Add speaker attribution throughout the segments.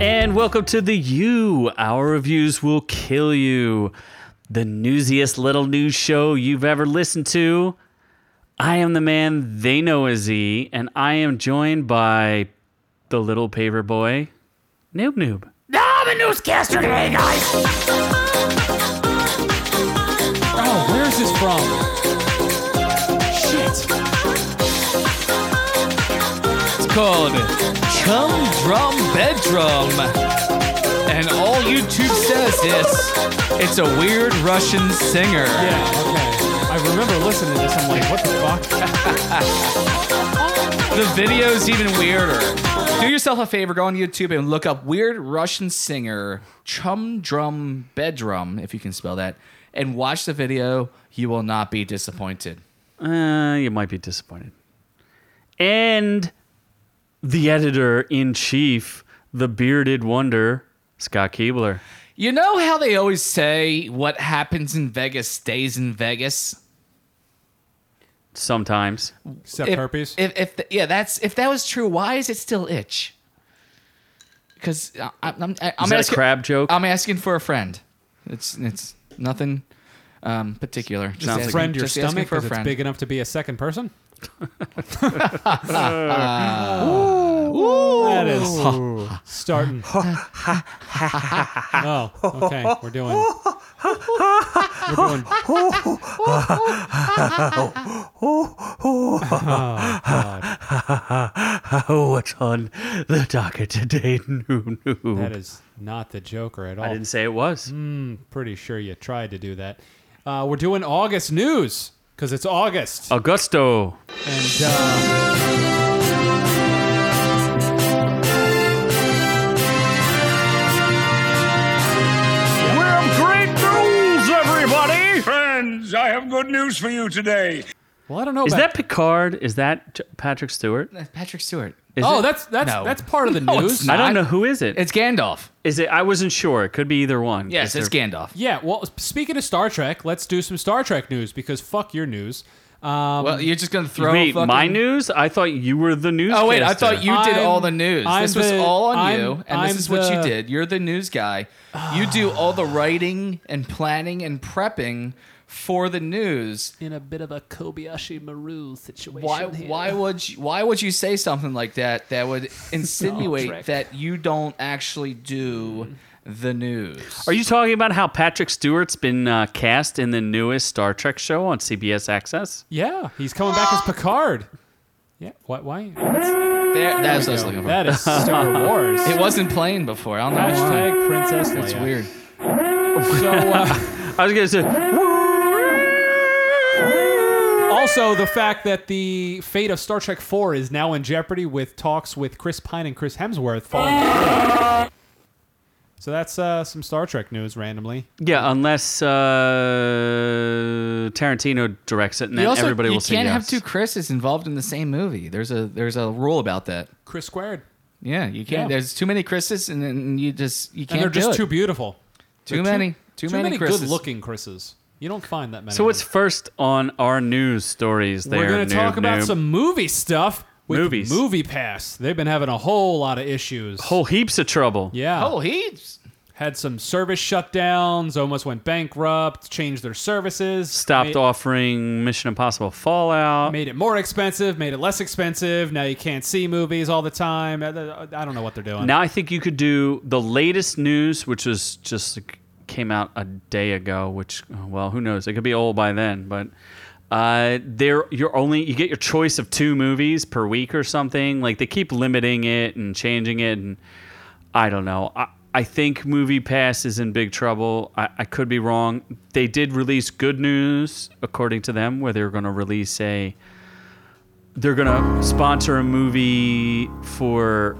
Speaker 1: and welcome to the U. Our reviews will kill you. The newsiest little news show you've ever listened to. I am the man they know as E, and I am joined by the little paper boy, Noob Noob.
Speaker 2: I'm a newscaster today, guys.
Speaker 3: Oh, where's this from? Shit. It's called Chum Drum Bedrum. And all YouTube says is it's a weird Russian singer.
Speaker 4: Yeah, okay. I remember listening to this. I'm like, what the fuck?
Speaker 3: The video's even weirder. Do yourself a favor, go on YouTube and look up weird Russian singer Chum Drum Bedrum, if you can spell that, and watch the video. You will not be disappointed.
Speaker 1: Uh, you might be disappointed. And the editor in chief, the bearded wonder, Scott Keebler.
Speaker 3: You know how they always say what happens in Vegas stays in Vegas?
Speaker 1: Sometimes.
Speaker 4: Except
Speaker 3: If-
Speaker 4: herpes.
Speaker 3: If, if th- yeah, that's if that was true, why is it still itch? Because I'm I'm, I'm
Speaker 1: Is that
Speaker 3: asking
Speaker 1: a crab joke?
Speaker 3: I'm asking for a friend. It's it's nothing um, particular. Just
Speaker 1: Sounds
Speaker 3: asking-
Speaker 4: friend your
Speaker 3: just asking
Speaker 4: stomach
Speaker 3: for a
Speaker 4: because it's
Speaker 3: friend.
Speaker 4: big enough to be a second person. That is starting. oh, okay. We're doing. We're doing. oh god,
Speaker 1: Oh, what's on the docket today? No, no.
Speaker 4: that is not the Joker at all.
Speaker 1: I didn't say it was.
Speaker 3: Mm.
Speaker 4: pretty sure you tried to do that. Uh, we're doing August news because it's August.
Speaker 1: Augusto.
Speaker 4: And uh,
Speaker 5: We have great news, everybody! Friends, I have good news for you today.
Speaker 4: well, I don't know.
Speaker 1: Is
Speaker 4: about-
Speaker 1: that Picard? Is that J- Patrick Stewart?
Speaker 3: That's Patrick Stewart.
Speaker 1: Is
Speaker 4: Oh,
Speaker 1: it?
Speaker 4: that's that's
Speaker 3: No.
Speaker 4: that's part of the
Speaker 3: No,
Speaker 4: news.
Speaker 3: it's
Speaker 1: I don't
Speaker 3: not.
Speaker 1: know who is it. Is
Speaker 3: It's Gandalf.
Speaker 1: it? I wasn't sure. It could be either one.
Speaker 3: Yes,
Speaker 1: Is
Speaker 3: it's
Speaker 1: there-
Speaker 3: Gandalf.
Speaker 4: Yeah, well, speaking of Star Trek, let's do some Star Trek news because fuck your news. Um,
Speaker 3: Well, you're just gonna throw.
Speaker 1: Wait,
Speaker 3: fucking-
Speaker 1: my news? I thought you were the news.
Speaker 3: Oh wait, I thought you did
Speaker 4: I'm-
Speaker 3: all the news.
Speaker 4: I'm
Speaker 3: this was
Speaker 4: the-
Speaker 3: all on
Speaker 4: I'm-
Speaker 3: you, and
Speaker 4: I'm
Speaker 3: this is what
Speaker 4: the-
Speaker 3: you did. You're the news guy. you do all the writing and planning and prepping for the news.
Speaker 4: in a bit of a Kobayashi Maru situation.
Speaker 3: Why? Why would you? Why would you say something like that? That would insinuate that you don't actually do
Speaker 4: Mm.
Speaker 3: the news.
Speaker 1: Are you talking about how Patrick Stewart's been uh, cast in the newest Star Trek show on CBS Access?
Speaker 4: Yeah, he's coming back as Picard. Yeah, why? why?
Speaker 3: There, that's what I was looking for.
Speaker 4: That is Star Wars.
Speaker 3: it wasn't playing before. I don't know. why.
Speaker 4: Hashtag Princess Leia.
Speaker 3: It's weird.
Speaker 4: So, uh,
Speaker 1: I was gonna say
Speaker 4: also, the fact that the fate of Star Trek 4 is now in jeopardy with talks with Chris Pine and Chris Hemsworth falling So that's uh, some Star Trek news randomly.
Speaker 1: yeah, unless uh, Tarantino directs it, and then
Speaker 3: You also-
Speaker 1: everybody
Speaker 3: you
Speaker 1: will say
Speaker 3: can't have
Speaker 1: yes.
Speaker 3: two Chris's involved in the same movie. There's a there's a rule about that.
Speaker 4: Chris squared.
Speaker 3: Yeah, you
Speaker 4: Yeah.
Speaker 3: can't. There's too many Chris's, and then you just you
Speaker 4: And
Speaker 3: can't.
Speaker 4: they're just
Speaker 3: do
Speaker 4: too
Speaker 3: it.
Speaker 4: beautiful.
Speaker 3: Too
Speaker 4: they're
Speaker 3: many,
Speaker 4: Too,
Speaker 3: too, many,
Speaker 4: many
Speaker 3: Chris's.
Speaker 4: good looking Chris's. You don't find that many.
Speaker 1: So
Speaker 4: of
Speaker 1: what's
Speaker 4: them.
Speaker 1: first on our news stories? There,
Speaker 4: We're going to talk
Speaker 1: Noob
Speaker 4: about
Speaker 1: Noob?
Speaker 4: some movie stuff with
Speaker 1: Movies.
Speaker 4: Movie Pass. They've been having a whole lot of issues.
Speaker 1: whole heaps of trouble.
Speaker 4: yeah.
Speaker 3: Oh, he's
Speaker 4: Had some service shutdowns, almost went bankrupt, changed their services.
Speaker 1: Stopped
Speaker 4: made,
Speaker 1: offering Mission Impossible Fallout.
Speaker 4: Made it more expensive, made it less expensive. Now you can't see movies all the time. I, I- I don't know what they're doing.
Speaker 1: Now I think you could do the latest news, which was just came out a day ago. Which, oh, well, who knows? It could be old by then. But uh, there, you're only you get your choice of two movies per week or something. Like they keep limiting it and changing it, and I don't know. I, I think Movie Pass is in big trouble. I, I could be wrong. They did release good news, according to them, where they were going to release a they're gonna sponsor a movie for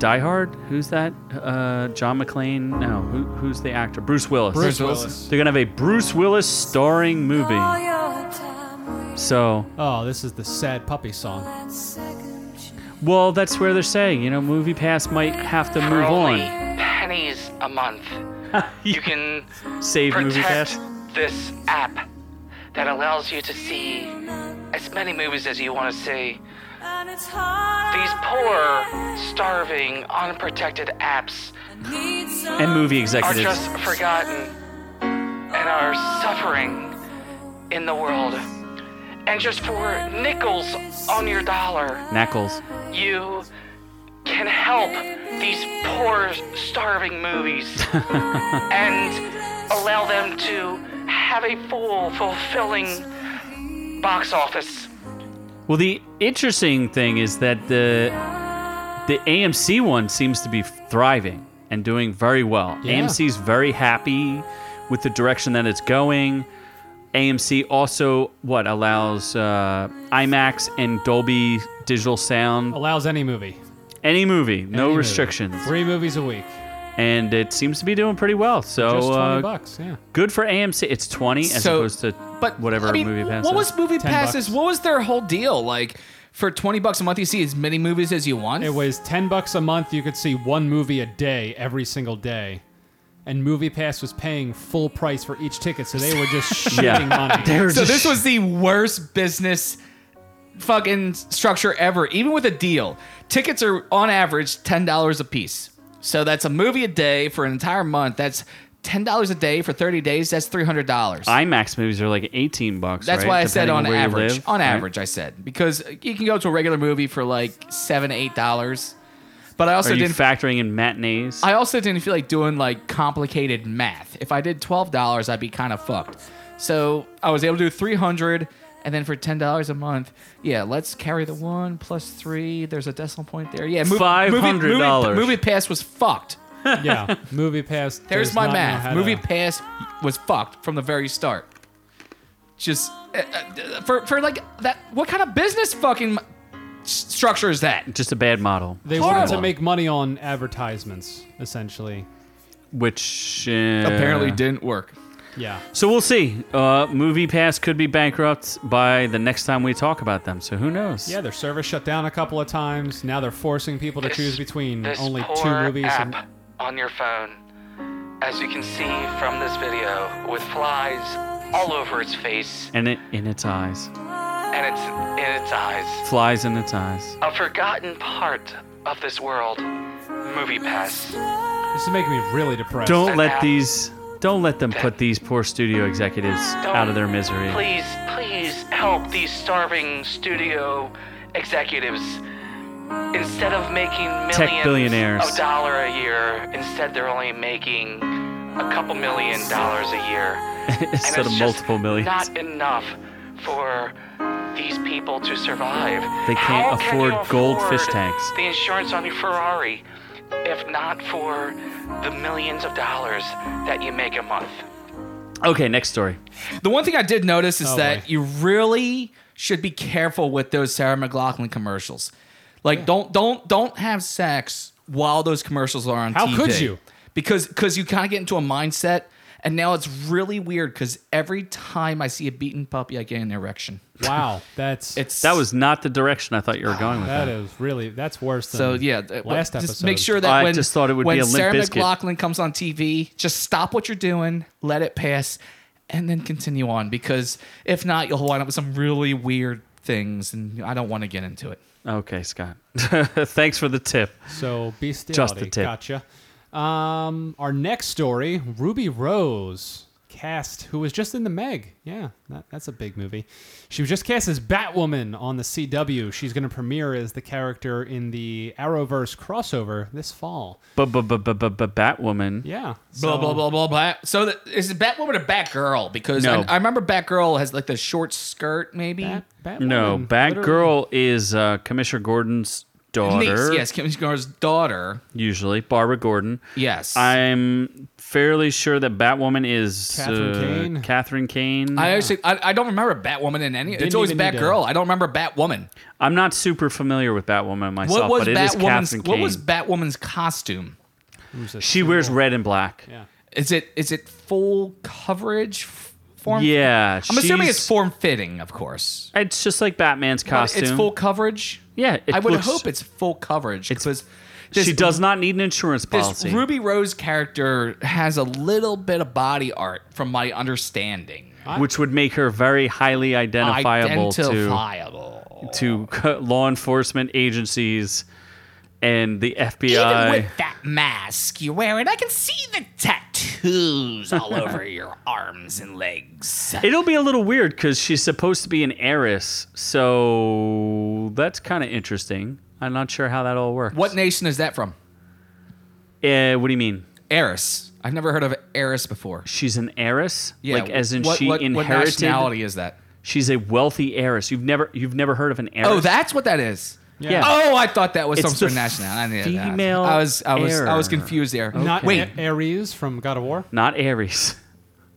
Speaker 1: Die Hard. Who's that? Uh, John McClane? No, who, who's the actor? Bruce Willis.
Speaker 4: Bruce
Speaker 3: Willis.
Speaker 4: Willis.
Speaker 1: They're gonna have a Bruce Willis starring movie. So,
Speaker 4: Oh, this is the sad puppy song.
Speaker 1: well, that's where they're saying, you know, Movie Pass might have to move
Speaker 6: only
Speaker 1: on.
Speaker 6: pennies a month. you can
Speaker 1: Save Movie
Speaker 6: protect
Speaker 1: Pass.
Speaker 6: this app that allows you to see as many movies as you want to see These poor, starving, unprotected apps
Speaker 1: and movie
Speaker 6: are
Speaker 1: executives.
Speaker 6: just forgotten and are suffering in the world. And just for nickels on your dollar,
Speaker 1: Knuckles.
Speaker 6: you can help these poor, starving movies and allow them to have a full, fulfilling box office.
Speaker 1: Well, the interesting thing is that the the AMC one seems to be thriving and doing very well.
Speaker 4: Yeah.
Speaker 1: AMC's very happy with the direction that it's going. AMC also what allows uh, IMAX and Dolby digital sound
Speaker 4: Allows any movie.
Speaker 1: any movie, no
Speaker 4: Oh. Any movie.
Speaker 1: restrictions,
Speaker 4: Three movies a week.
Speaker 1: and it seems to be doing pretty well. So
Speaker 4: Just 20
Speaker 1: uh,
Speaker 4: bucks, yeah.
Speaker 1: good for AMC. It's twenty as
Speaker 3: So-
Speaker 1: opposed to
Speaker 3: But
Speaker 1: whatever
Speaker 3: I mean,
Speaker 1: movie passes.
Speaker 3: What was movie
Speaker 4: 10
Speaker 3: passes?
Speaker 4: bucks.
Speaker 3: What was their whole deal? Like for twenty bucks a month, you see as many movies as you want.
Speaker 4: It was 10 bucks a month. You could see one movie a day every single day. And MoviePass was paying full price for each ticket, so they were just shitting
Speaker 1: Yeah.
Speaker 4: money.
Speaker 1: They were
Speaker 3: so
Speaker 1: just-
Speaker 3: this was the worst business fucking structure ever. Even with a deal, tickets are on average ten dollars a piece. So that's a movie a day for an entire month. That's ten dollars a day for thirty days. That's three hundred dollars.
Speaker 1: IMAX movies are like eighteen bucks.
Speaker 3: That's
Speaker 1: right?
Speaker 3: why I said
Speaker 1: Depending
Speaker 3: on
Speaker 1: where you
Speaker 3: average.
Speaker 1: live,
Speaker 3: on
Speaker 1: right?
Speaker 3: average, I said because you can go to a regular movie for like seven, eight dollars. But I also
Speaker 1: Are you
Speaker 3: didn't.
Speaker 1: factoring in matinees?
Speaker 3: I also didn't feel like doing like complicated math. If I did twelve dollars, I'd be kind of fucked. So I was able to do three hundred, and then for ten dollars a month, yeah, let's carry the one plus three. There's a decimal point there. Yeah, mov- movie- movie-
Speaker 1: $500.
Speaker 3: Movie pass was fucked.
Speaker 4: yeah, MoviePass.
Speaker 3: There's
Speaker 4: does
Speaker 3: my
Speaker 4: not know how
Speaker 3: math.
Speaker 4: to-
Speaker 3: Movie Pass was fucked from the very start. Just uh, uh, for for like that. What kind of business fucking s- structure is that?
Speaker 1: Just a bad model,
Speaker 4: They wanted to
Speaker 3: Horrible.
Speaker 4: make money on advertisements, essentially.
Speaker 1: which uh,
Speaker 3: Apparently didn't work.
Speaker 4: Yeah.
Speaker 1: So we'll see. Uh, Movie Pass could be bankrupt by the next time we talk about them. So who knows?
Speaker 4: Yeah, their service shut down a couple of times. Now they're forcing people to
Speaker 6: This-
Speaker 4: choose between
Speaker 6: this
Speaker 4: only two
Speaker 6: poor
Speaker 4: movies.
Speaker 6: App
Speaker 4: and-
Speaker 6: on your phone, as you can see from this video, with flies all over its face
Speaker 1: And it in its eyes,
Speaker 6: and its in its eyes.
Speaker 1: flies in its eyes.
Speaker 6: A forgotten part of this world. Movie Pass.
Speaker 4: This is making me really depressed.
Speaker 1: Don't let these. Don't let them put these poor studio executives
Speaker 6: Don't-
Speaker 1: out of their misery.
Speaker 6: Please, please help these starving studio executives. Instead of making millions
Speaker 1: billionaires.
Speaker 6: of dollar a year, instead they're only making a couple million dollars a year. And
Speaker 1: Instead
Speaker 6: it's
Speaker 1: of
Speaker 6: just
Speaker 1: multiple millions.
Speaker 6: Not enough for these people to survive.
Speaker 1: They
Speaker 6: How
Speaker 1: can't
Speaker 6: can you
Speaker 1: afford gold
Speaker 6: afford
Speaker 1: fish tanks.
Speaker 6: The insurance on your Ferrari, if not for the millions of dollars that you make a month.
Speaker 1: Okay, next story.
Speaker 3: The one thing I did notice is
Speaker 4: Oh,
Speaker 3: that
Speaker 4: boy.
Speaker 3: you really should be careful with those Sarah McLaughlin commercials. Like, don't don't don't have sex while those commercials are on
Speaker 4: How
Speaker 3: TV.
Speaker 4: could you?
Speaker 3: Because because you kind of get into a mindset, and now it's really weird. Because every time I see a beaten puppy, I get an erection.
Speaker 4: Wow, that's
Speaker 3: It's
Speaker 1: That was not the direction I thought you were going
Speaker 3: Uh,
Speaker 1: with that.
Speaker 4: that is really that's worse than
Speaker 3: So yeah, th-
Speaker 4: last
Speaker 3: just
Speaker 4: episode.
Speaker 3: make sure that
Speaker 1: I
Speaker 3: when
Speaker 1: just thought it would
Speaker 3: when
Speaker 1: be a Limp
Speaker 3: Sarah
Speaker 1: Bizkit.
Speaker 3: McLaughlin comes on TV, just stop what you're doing, let it pass, and then continue on because if not, you'll wind up with some really weird things, and I don't want to get into it.
Speaker 1: Okay, Scott. Thanks for the tip.
Speaker 4: So bestiality.
Speaker 1: Just a tip.
Speaker 4: Gotcha. Um, our next story: Ruby Rose cast, who was just in the Meg. Yeah, that, that's a big movie. She was just cast as Batwoman on the CW. She's going to premiere as the character in the Arrowverse crossover this fall.
Speaker 1: Batwoman.
Speaker 4: Yeah.
Speaker 3: Blah
Speaker 4: so-
Speaker 3: blah blah blah blah. So the, is it Batwoman or Batgirl? Because
Speaker 1: No.
Speaker 3: I, I remember Batgirl has like the short skirt, maybe.
Speaker 4: Bat- Batwoman,
Speaker 1: No,
Speaker 3: Um,
Speaker 4: literally.
Speaker 1: Batgirl is uh, Commissioner Gordon's
Speaker 3: Niece,
Speaker 1: daughter.
Speaker 3: yes, Kim Jong-un's daughter.
Speaker 1: usually Barbara Gordon.
Speaker 3: Yes,
Speaker 1: I'm fairly sure that Batwoman is
Speaker 4: Catherine
Speaker 1: uh,
Speaker 4: Kane.
Speaker 1: Catherine Kane.
Speaker 3: I
Speaker 1: I,
Speaker 3: actually I, I don't remember Batwoman in any.
Speaker 4: Didn't
Speaker 3: it's always
Speaker 4: even need to-
Speaker 3: Batgirl. I don't remember Batwoman.
Speaker 1: am not super familiar with Batwoman myself,
Speaker 3: What was
Speaker 1: but it is
Speaker 3: Batwoman's?
Speaker 1: Catherine Kane.
Speaker 3: What was Batwoman's costume?
Speaker 4: Who's this?
Speaker 1: she wears red and black. Yeah,
Speaker 4: Yeah.
Speaker 3: Is it is it full coverage f- form? I'm assuming
Speaker 1: she's-
Speaker 3: it's form fitting, of course.
Speaker 1: It's just like Batman's
Speaker 3: But
Speaker 1: costume.
Speaker 3: It's full coverage.
Speaker 1: Yeah, it
Speaker 3: I would
Speaker 1: looks-
Speaker 3: hope it's full coverage because
Speaker 1: she does not need an insurance
Speaker 3: This
Speaker 1: policy.
Speaker 3: Ruby Rose character has a little bit of body art, from my understanding.
Speaker 1: which would make her very highly identifiable to
Speaker 3: Identifiable.
Speaker 1: to law enforcement agencies and the FBI.
Speaker 3: Even with that mask you're wearing, I can see the tattoos all over your arms and legs.
Speaker 1: It'll be a little weird because she's supposed to be an heiress, so that's kind of interesting. I'm not sure how that all works.
Speaker 3: What nation is that from?
Speaker 1: Uh, what do you mean?
Speaker 3: Eris. I've never heard of Eris before.
Speaker 1: She's an heiress, like as in
Speaker 3: what,
Speaker 1: she
Speaker 3: what, What
Speaker 1: inherited.
Speaker 3: nationality is that?
Speaker 1: she's a wealthy heiress. You've never, you've never heard of an heiress.
Speaker 3: Oh, that's what that is.
Speaker 1: yeah.
Speaker 3: Oh, I thought that was
Speaker 1: It's
Speaker 3: some sort of
Speaker 1: the
Speaker 3: nationality. I, knew that.
Speaker 1: female
Speaker 3: I was, I was, I was
Speaker 1: heir.
Speaker 3: confused there.
Speaker 4: Not
Speaker 3: Wait,
Speaker 4: A- Ares from God of War.
Speaker 1: Not Aries.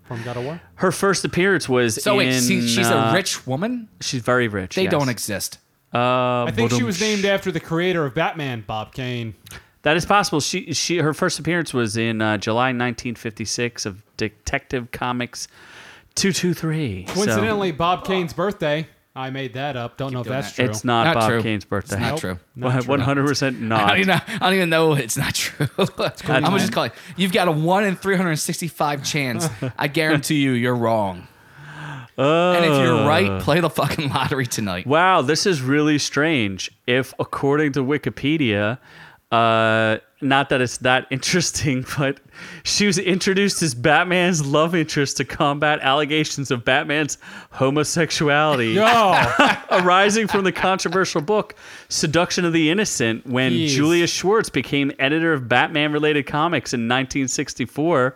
Speaker 4: From God of War.
Speaker 1: Her first appearance was
Speaker 3: so
Speaker 1: in.
Speaker 3: wait, she, she's
Speaker 1: uh,
Speaker 3: a rich woman.
Speaker 1: She's very rich.
Speaker 3: They
Speaker 1: yes.
Speaker 3: don't exist.
Speaker 1: Uh,
Speaker 4: I think she was named after the creator of Batman, Bob Kane.
Speaker 1: That is possible. She she her first appearance was in uh, July 1956 of Detective Comics 223. So,
Speaker 4: Coincidentally, Bob Kane's birthday. I made that up. Don't know if
Speaker 3: doing
Speaker 4: that's
Speaker 3: that.
Speaker 4: true.
Speaker 1: it's not,
Speaker 3: Not
Speaker 1: Bob
Speaker 3: true.
Speaker 1: Kane's birthday.
Speaker 3: Not true.
Speaker 1: One- 100%
Speaker 3: I
Speaker 1: not.
Speaker 3: don't, even know, I don't even know it's not true. I'm gonna just call it. You've got a one in 365 chance. I guarantee you, you're wrong. and if you're
Speaker 1: Uh.
Speaker 3: right, play the fucking lottery tonight.
Speaker 1: Oh. Wow, this is really strange. If according to Wikipedia, uh, not that it's that interesting, but she was introduced as Batman's love interest to combat allegations of Batman's homosexuality.
Speaker 4: Yo,
Speaker 1: arising from the controversial book Seduction of the Innocent when
Speaker 4: Jeez.
Speaker 1: Julius Schwartz became editor of Batman related comics in 1964.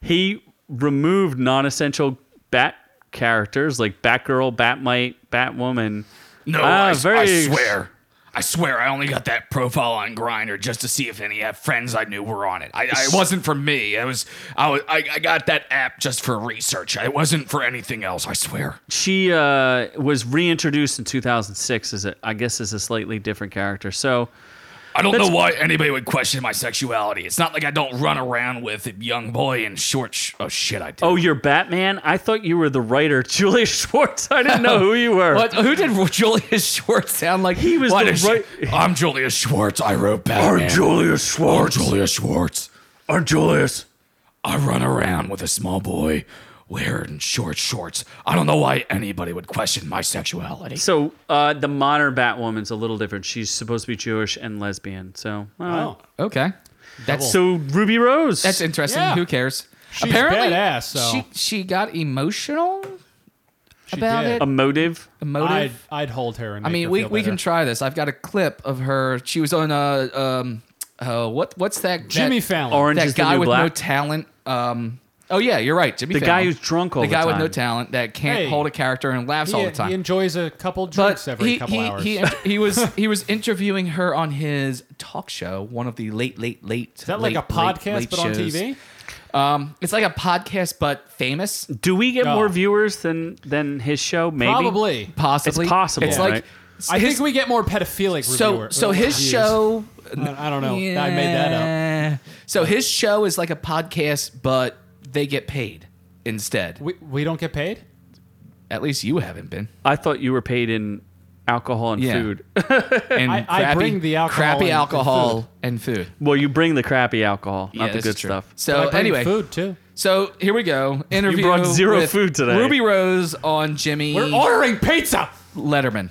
Speaker 1: He removed non essential Bat characters like Batgirl, Batmite, Batwoman.
Speaker 3: No,
Speaker 1: Ah,
Speaker 3: I, I
Speaker 1: very-
Speaker 3: swear. I swear I only got that profile on Grinder just to see if any uh, friends I knew were on it. I, I it wasn't for me. I was I was I, I got that app just for research. It wasn't for anything else, I swear.
Speaker 1: She uh, was reintroduced in 2006 as a, I guess, as a slightly different character. So
Speaker 3: I don't know why anybody would question my sexuality. It's not like I don't run around with a young boy in short sh- Oh shit, I do.
Speaker 1: Oh, you're Batman? I thought you were the writer, Julius Schwartz. I didn't know who you were.
Speaker 3: What, who did Julius Schwartz sound like? He
Speaker 1: was the right-
Speaker 3: I'm Julius Schwartz. I wrote Batman.
Speaker 5: Julius
Speaker 3: I'm
Speaker 5: Schwartz.
Speaker 3: Julius Schwartz.
Speaker 5: Or Julius.
Speaker 3: I run around with a small boy wearing short shorts. I don't know why anybody would question my sexuality.
Speaker 1: So uh, the modern Batwoman's a little different. She's supposed to be Jewish and lesbian. So
Speaker 4: Oh.
Speaker 1: wow.
Speaker 3: Okay. That's
Speaker 1: so Ruby Rose.
Speaker 3: that's interesting.
Speaker 4: Yeah.
Speaker 3: Who cares?
Speaker 4: She's badass, so-
Speaker 3: she she got emotional
Speaker 4: She
Speaker 3: about
Speaker 4: did.
Speaker 1: a
Speaker 3: it.
Speaker 1: motive.
Speaker 4: I'd,
Speaker 3: Emotive.
Speaker 4: I'd hold her. And
Speaker 3: I
Speaker 4: make
Speaker 3: mean,
Speaker 4: her
Speaker 3: we,
Speaker 4: feel
Speaker 3: we
Speaker 4: better.
Speaker 3: can try this. I've got a clip of her. She was on a um uh, what what's that
Speaker 4: Jimmy
Speaker 3: that,
Speaker 4: Fallon.
Speaker 1: Orange
Speaker 3: that
Speaker 1: is the
Speaker 3: guy
Speaker 1: new
Speaker 3: with
Speaker 1: black.
Speaker 3: no talent. Um, oh yeah, you're right, Jimmy.
Speaker 1: the
Speaker 3: Fallon.
Speaker 1: guy who's drunk all
Speaker 3: the
Speaker 1: the,
Speaker 3: guy
Speaker 1: time.
Speaker 3: with no talent that can't
Speaker 4: Hey.
Speaker 3: hold a character and laughs
Speaker 4: he,
Speaker 3: all the time.
Speaker 4: He enjoys a couple drinks
Speaker 3: but
Speaker 4: every
Speaker 3: he,
Speaker 4: couple
Speaker 3: he,
Speaker 4: hours.
Speaker 3: he he was he was interviewing her on his talk show, one of the late late late.
Speaker 4: Is that like a podcast but on TV?
Speaker 3: Um, it's like a podcast but famous.
Speaker 1: Do we get
Speaker 4: No.
Speaker 1: more viewers than than his show? Maybe.
Speaker 4: Probably.
Speaker 3: Possibly,
Speaker 1: It's possible,
Speaker 3: It's like
Speaker 1: right?
Speaker 4: I
Speaker 3: his-
Speaker 4: think we get more pedophilic.
Speaker 3: so
Speaker 4: reviewer-
Speaker 3: so his
Speaker 4: reviews.
Speaker 3: show.
Speaker 4: I, I don't know. I made that up.
Speaker 3: that up. So his show is like a podcast, but they get paid instead.
Speaker 4: We, we don't get paid.
Speaker 3: At least you haven't been.
Speaker 1: I thought you were paid in alcohol and
Speaker 3: Yeah.
Speaker 1: food.
Speaker 3: And
Speaker 4: I bring the alcohol
Speaker 3: crappy
Speaker 4: and- and
Speaker 3: alcohol and food.
Speaker 1: well, you bring the crappy alcohol,
Speaker 3: Yeah,
Speaker 1: not the
Speaker 3: that's
Speaker 1: good
Speaker 3: true.
Speaker 1: stuff.
Speaker 3: So
Speaker 4: I bring
Speaker 3: anyway,
Speaker 4: food too.
Speaker 3: So here we go. Interview
Speaker 1: brought zero
Speaker 3: with
Speaker 1: food today.
Speaker 3: Ruby Rose on Jimmy
Speaker 4: We're ordering pizza.
Speaker 3: Letterman.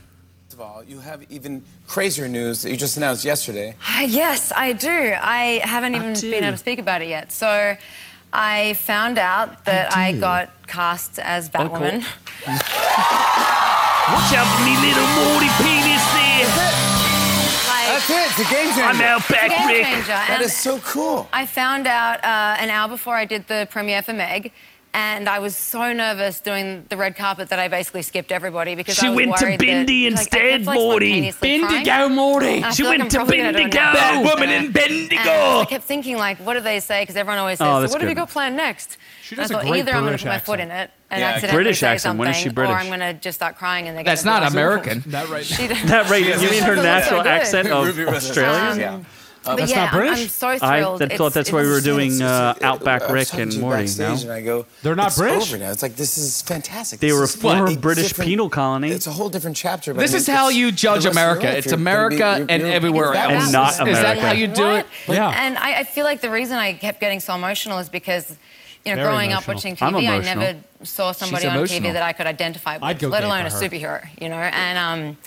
Speaker 7: First of all, you have even crazier news that you just announced yesterday.
Speaker 8: Uh, Yes, I do. I haven't even been able to speak about it yet. So I found out that I, got cast as Batwoman.
Speaker 5: Watch out for me little Morty penis there.
Speaker 8: Like,
Speaker 7: That's it. It's a game changer.
Speaker 5: I'm out back,
Speaker 8: game
Speaker 5: Rick.
Speaker 8: changer.
Speaker 7: That
Speaker 8: And
Speaker 7: is so cool.
Speaker 8: I found out uh, an hour before I did the premiere for Meg. And I was so nervous doing the red carpet that I basically skipped everybody because
Speaker 5: She
Speaker 8: I was
Speaker 5: went to
Speaker 8: worried that-
Speaker 5: Bindi
Speaker 8: like, I kept,
Speaker 5: instead,
Speaker 8: like,
Speaker 5: Morty.
Speaker 8: spontaneously crying.
Speaker 3: Morty.
Speaker 8: I
Speaker 5: She
Speaker 8: feel like
Speaker 5: went
Speaker 8: I'm
Speaker 5: to
Speaker 8: probably gonna do it
Speaker 5: Bendigo.
Speaker 8: now.
Speaker 5: Bad
Speaker 3: woman in
Speaker 8: And
Speaker 5: Bendigo.
Speaker 8: I kept thinking, like, what do they say? Because everyone always says,
Speaker 1: Oh,
Speaker 8: so
Speaker 1: that's
Speaker 8: what have you
Speaker 1: good.
Speaker 8: got planned next? She
Speaker 4: does
Speaker 8: I
Speaker 4: a
Speaker 8: thought,
Speaker 4: great
Speaker 8: either I'm going
Speaker 4: British
Speaker 8: to put my foot in it and
Speaker 7: Yeah,
Speaker 8: accidentally
Speaker 1: British
Speaker 8: say
Speaker 1: accent.
Speaker 8: something,
Speaker 1: When is she
Speaker 8: or
Speaker 1: British?
Speaker 8: I'm going to just start crying and they're
Speaker 3: That's
Speaker 8: gonna
Speaker 3: not
Speaker 8: think it's awful.
Speaker 3: American.
Speaker 4: That right.
Speaker 8: She does-
Speaker 1: That right?
Speaker 8: She
Speaker 1: You mean her
Speaker 8: doesn't look so
Speaker 1: natural
Speaker 8: good.
Speaker 1: accent of
Speaker 7: Ruby Rose.
Speaker 3: Um,
Speaker 1: Australia?
Speaker 7: Yeah.
Speaker 8: But
Speaker 1: that's
Speaker 8: yeah,
Speaker 1: not
Speaker 8: I'm-
Speaker 1: British.
Speaker 8: I'm so
Speaker 1: I
Speaker 8: thrilled.
Speaker 1: th- thought
Speaker 8: It's-
Speaker 1: that's why we were
Speaker 8: it's-
Speaker 1: doing uh,
Speaker 7: It- it-
Speaker 1: Outback
Speaker 7: I was
Speaker 1: Rick
Speaker 7: talking
Speaker 1: and
Speaker 7: to you
Speaker 1: Morty. No?
Speaker 7: backstage And I go,
Speaker 4: They're not
Speaker 7: it's
Speaker 4: British?
Speaker 7: Over now. It's like this is fantastic.
Speaker 1: They
Speaker 7: This
Speaker 1: were
Speaker 7: is
Speaker 1: a former
Speaker 7: a
Speaker 1: British
Speaker 7: different-
Speaker 1: penal colony.
Speaker 7: It's a whole different chapter. But
Speaker 3: This
Speaker 7: I mean,
Speaker 3: is how
Speaker 7: it's
Speaker 3: you
Speaker 7: the
Speaker 3: judge
Speaker 7: rest of your
Speaker 3: America.
Speaker 7: life.
Speaker 3: It's
Speaker 7: You're gonna be-
Speaker 3: America
Speaker 7: you're-
Speaker 3: and
Speaker 7: you're-
Speaker 3: everywhere
Speaker 8: That
Speaker 3: else.
Speaker 8: was-
Speaker 1: not
Speaker 3: Is that how
Speaker 1: America.
Speaker 3: you do it?
Speaker 8: What?
Speaker 4: Yeah.
Speaker 8: And I, I feel like the reason I kept getting so emotional is because, you know,
Speaker 4: Very
Speaker 8: growing up
Speaker 4: emotional.
Speaker 8: watching
Speaker 1: I'm
Speaker 8: TV, I never
Speaker 1: emotional.
Speaker 8: saw somebody on
Speaker 3: emotional.
Speaker 8: TV that I could identify
Speaker 4: I'd
Speaker 8: with,
Speaker 4: go
Speaker 8: let
Speaker 4: gay
Speaker 8: alone a
Speaker 4: for her.
Speaker 8: superhero, you know? And um,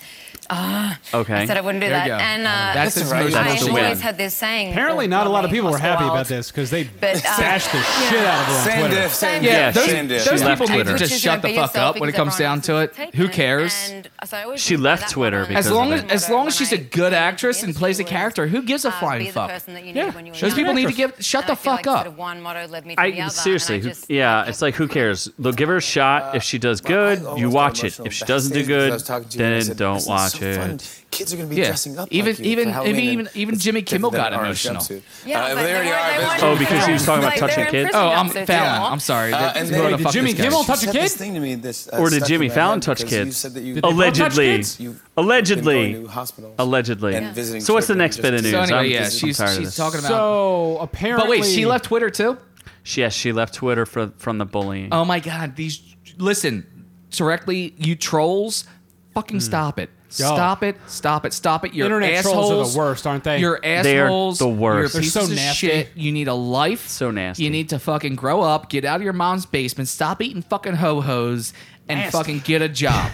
Speaker 8: ah,
Speaker 1: Okay.
Speaker 8: I said I wouldn't do
Speaker 3: There
Speaker 8: that.
Speaker 3: you go.
Speaker 8: And uh,
Speaker 3: That's his
Speaker 7: right.
Speaker 8: I
Speaker 1: That's
Speaker 8: always
Speaker 1: the win.
Speaker 8: had this saying.
Speaker 4: Apparently,
Speaker 8: or
Speaker 4: not a lot of
Speaker 8: me,
Speaker 4: people were
Speaker 8: across the
Speaker 4: happy
Speaker 8: world.
Speaker 4: about this because they
Speaker 8: But, uh,
Speaker 4: bashed the
Speaker 8: yeah.
Speaker 4: shit out of her on
Speaker 7: Same
Speaker 4: Twitter.
Speaker 7: diff, same
Speaker 8: Yeah,
Speaker 1: Yeah,
Speaker 7: diff,
Speaker 1: those-
Speaker 7: same diff.
Speaker 1: those
Speaker 3: Those
Speaker 1: left
Speaker 3: people need
Speaker 1: Twitter.
Speaker 3: to just
Speaker 8: Which is
Speaker 3: shut
Speaker 8: gonna
Speaker 3: the
Speaker 8: be
Speaker 3: fuck
Speaker 8: yourself
Speaker 3: up when it
Speaker 8: because
Speaker 3: comes
Speaker 8: everyone
Speaker 3: down
Speaker 8: else
Speaker 3: to it.
Speaker 8: is taken.
Speaker 3: Who cares?
Speaker 8: And uh, so I always
Speaker 1: She
Speaker 8: looked for
Speaker 1: left
Speaker 8: that
Speaker 1: Twitter
Speaker 8: one. uh,
Speaker 1: because
Speaker 3: As
Speaker 1: of
Speaker 3: long
Speaker 1: it.
Speaker 3: as as long as she's a
Speaker 8: When I
Speaker 3: good
Speaker 8: came
Speaker 3: actress
Speaker 8: into
Speaker 3: and plays a
Speaker 8: industry
Speaker 3: character,
Speaker 8: was,
Speaker 3: who gives a
Speaker 8: uh,
Speaker 3: flying
Speaker 8: be the
Speaker 3: fuck?
Speaker 8: person that
Speaker 3: Yeah.
Speaker 8: you needed when you were
Speaker 3: Those people
Speaker 8: young.
Speaker 3: need to give shut
Speaker 8: And I
Speaker 3: the
Speaker 8: feel like
Speaker 3: fuck up.
Speaker 8: Sort of one motto led me to the
Speaker 1: I
Speaker 8: other,
Speaker 1: seriously,
Speaker 8: and I
Speaker 1: who-
Speaker 8: just-
Speaker 1: yeah.
Speaker 8: I
Speaker 1: It's
Speaker 8: kept-
Speaker 1: like who cares? They'll give her a shot. If she does good,
Speaker 7: I
Speaker 1: you
Speaker 7: almost
Speaker 1: watch
Speaker 7: got
Speaker 1: it.
Speaker 7: emotional
Speaker 1: If she doesn't do
Speaker 7: backstage because I
Speaker 1: good,
Speaker 7: was talking to you and I
Speaker 1: then
Speaker 7: said,
Speaker 1: don't
Speaker 7: "This is
Speaker 1: watch
Speaker 7: so
Speaker 1: it.
Speaker 7: fun. Kids are going to be
Speaker 3: Yeah.
Speaker 7: dressing up.
Speaker 3: Even-
Speaker 7: like you
Speaker 3: even-
Speaker 7: for Halloween
Speaker 3: even-
Speaker 7: and
Speaker 3: even
Speaker 7: it's
Speaker 3: Jimmy Kimmel got
Speaker 7: different than orange
Speaker 3: emotional.
Speaker 7: jumpsuit.
Speaker 8: Yeah,
Speaker 7: Uh, but
Speaker 8: but
Speaker 7: they
Speaker 8: they
Speaker 7: already
Speaker 8: weren't-
Speaker 7: are.
Speaker 8: they
Speaker 7: but-
Speaker 8: weren't
Speaker 1: Oh, because he was talking about
Speaker 8: Like,
Speaker 1: touching
Speaker 8: they're in
Speaker 1: kids.
Speaker 8: prison.
Speaker 3: Oh, I'm
Speaker 8: Yeah.
Speaker 3: Fallon. I'm sorry.
Speaker 7: Uh,
Speaker 3: That-
Speaker 7: and
Speaker 3: we're
Speaker 7: then-
Speaker 3: gonna
Speaker 7: Did
Speaker 3: fuck
Speaker 4: Jimmy
Speaker 3: this guy.
Speaker 4: Kimmel
Speaker 7: She
Speaker 4: touch a
Speaker 7: said
Speaker 4: kid?
Speaker 7: this thing to me this, uh,
Speaker 1: Or did
Speaker 7: stuck in
Speaker 1: Jimmy
Speaker 7: my
Speaker 1: Fallon
Speaker 7: head
Speaker 1: touch
Speaker 7: because you
Speaker 1: kids?
Speaker 7: said that you-
Speaker 4: Did they both touch
Speaker 1: Allegedly,
Speaker 4: kids?
Speaker 7: you've been
Speaker 1: allegedly,
Speaker 7: going to hospitals
Speaker 1: allegedly.
Speaker 7: and visiting
Speaker 1: So what's the
Speaker 7: children
Speaker 1: next
Speaker 7: just
Speaker 1: bit
Speaker 7: to
Speaker 1: of
Speaker 7: see
Speaker 1: news?
Speaker 3: So anyway,
Speaker 1: I'm-
Speaker 3: yeah,
Speaker 1: I'm
Speaker 3: she's
Speaker 1: tired of
Speaker 3: she's
Speaker 1: this.
Speaker 3: talking about.
Speaker 4: So apparently,
Speaker 3: but wait, she left Twitter too.
Speaker 1: She- Yes, she left Twitter for, from the bullying.
Speaker 3: Oh my god, these listen, directly you trolls, fucking stop it.
Speaker 4: Hmm. Yo.
Speaker 3: Stop it, stop it, stop it. Your
Speaker 4: Internet trolls are
Speaker 3: assholes
Speaker 4: the worst, aren't they?
Speaker 3: Your
Speaker 1: They are
Speaker 3: assholes.
Speaker 1: the worst. They're
Speaker 3: You're pieces
Speaker 4: so
Speaker 3: of
Speaker 4: nasty.
Speaker 3: shit. You need a life.
Speaker 1: So nasty.
Speaker 3: You need to fucking grow up, get out of your mom's basement, stop eating fucking ho hos, and fucking get a job.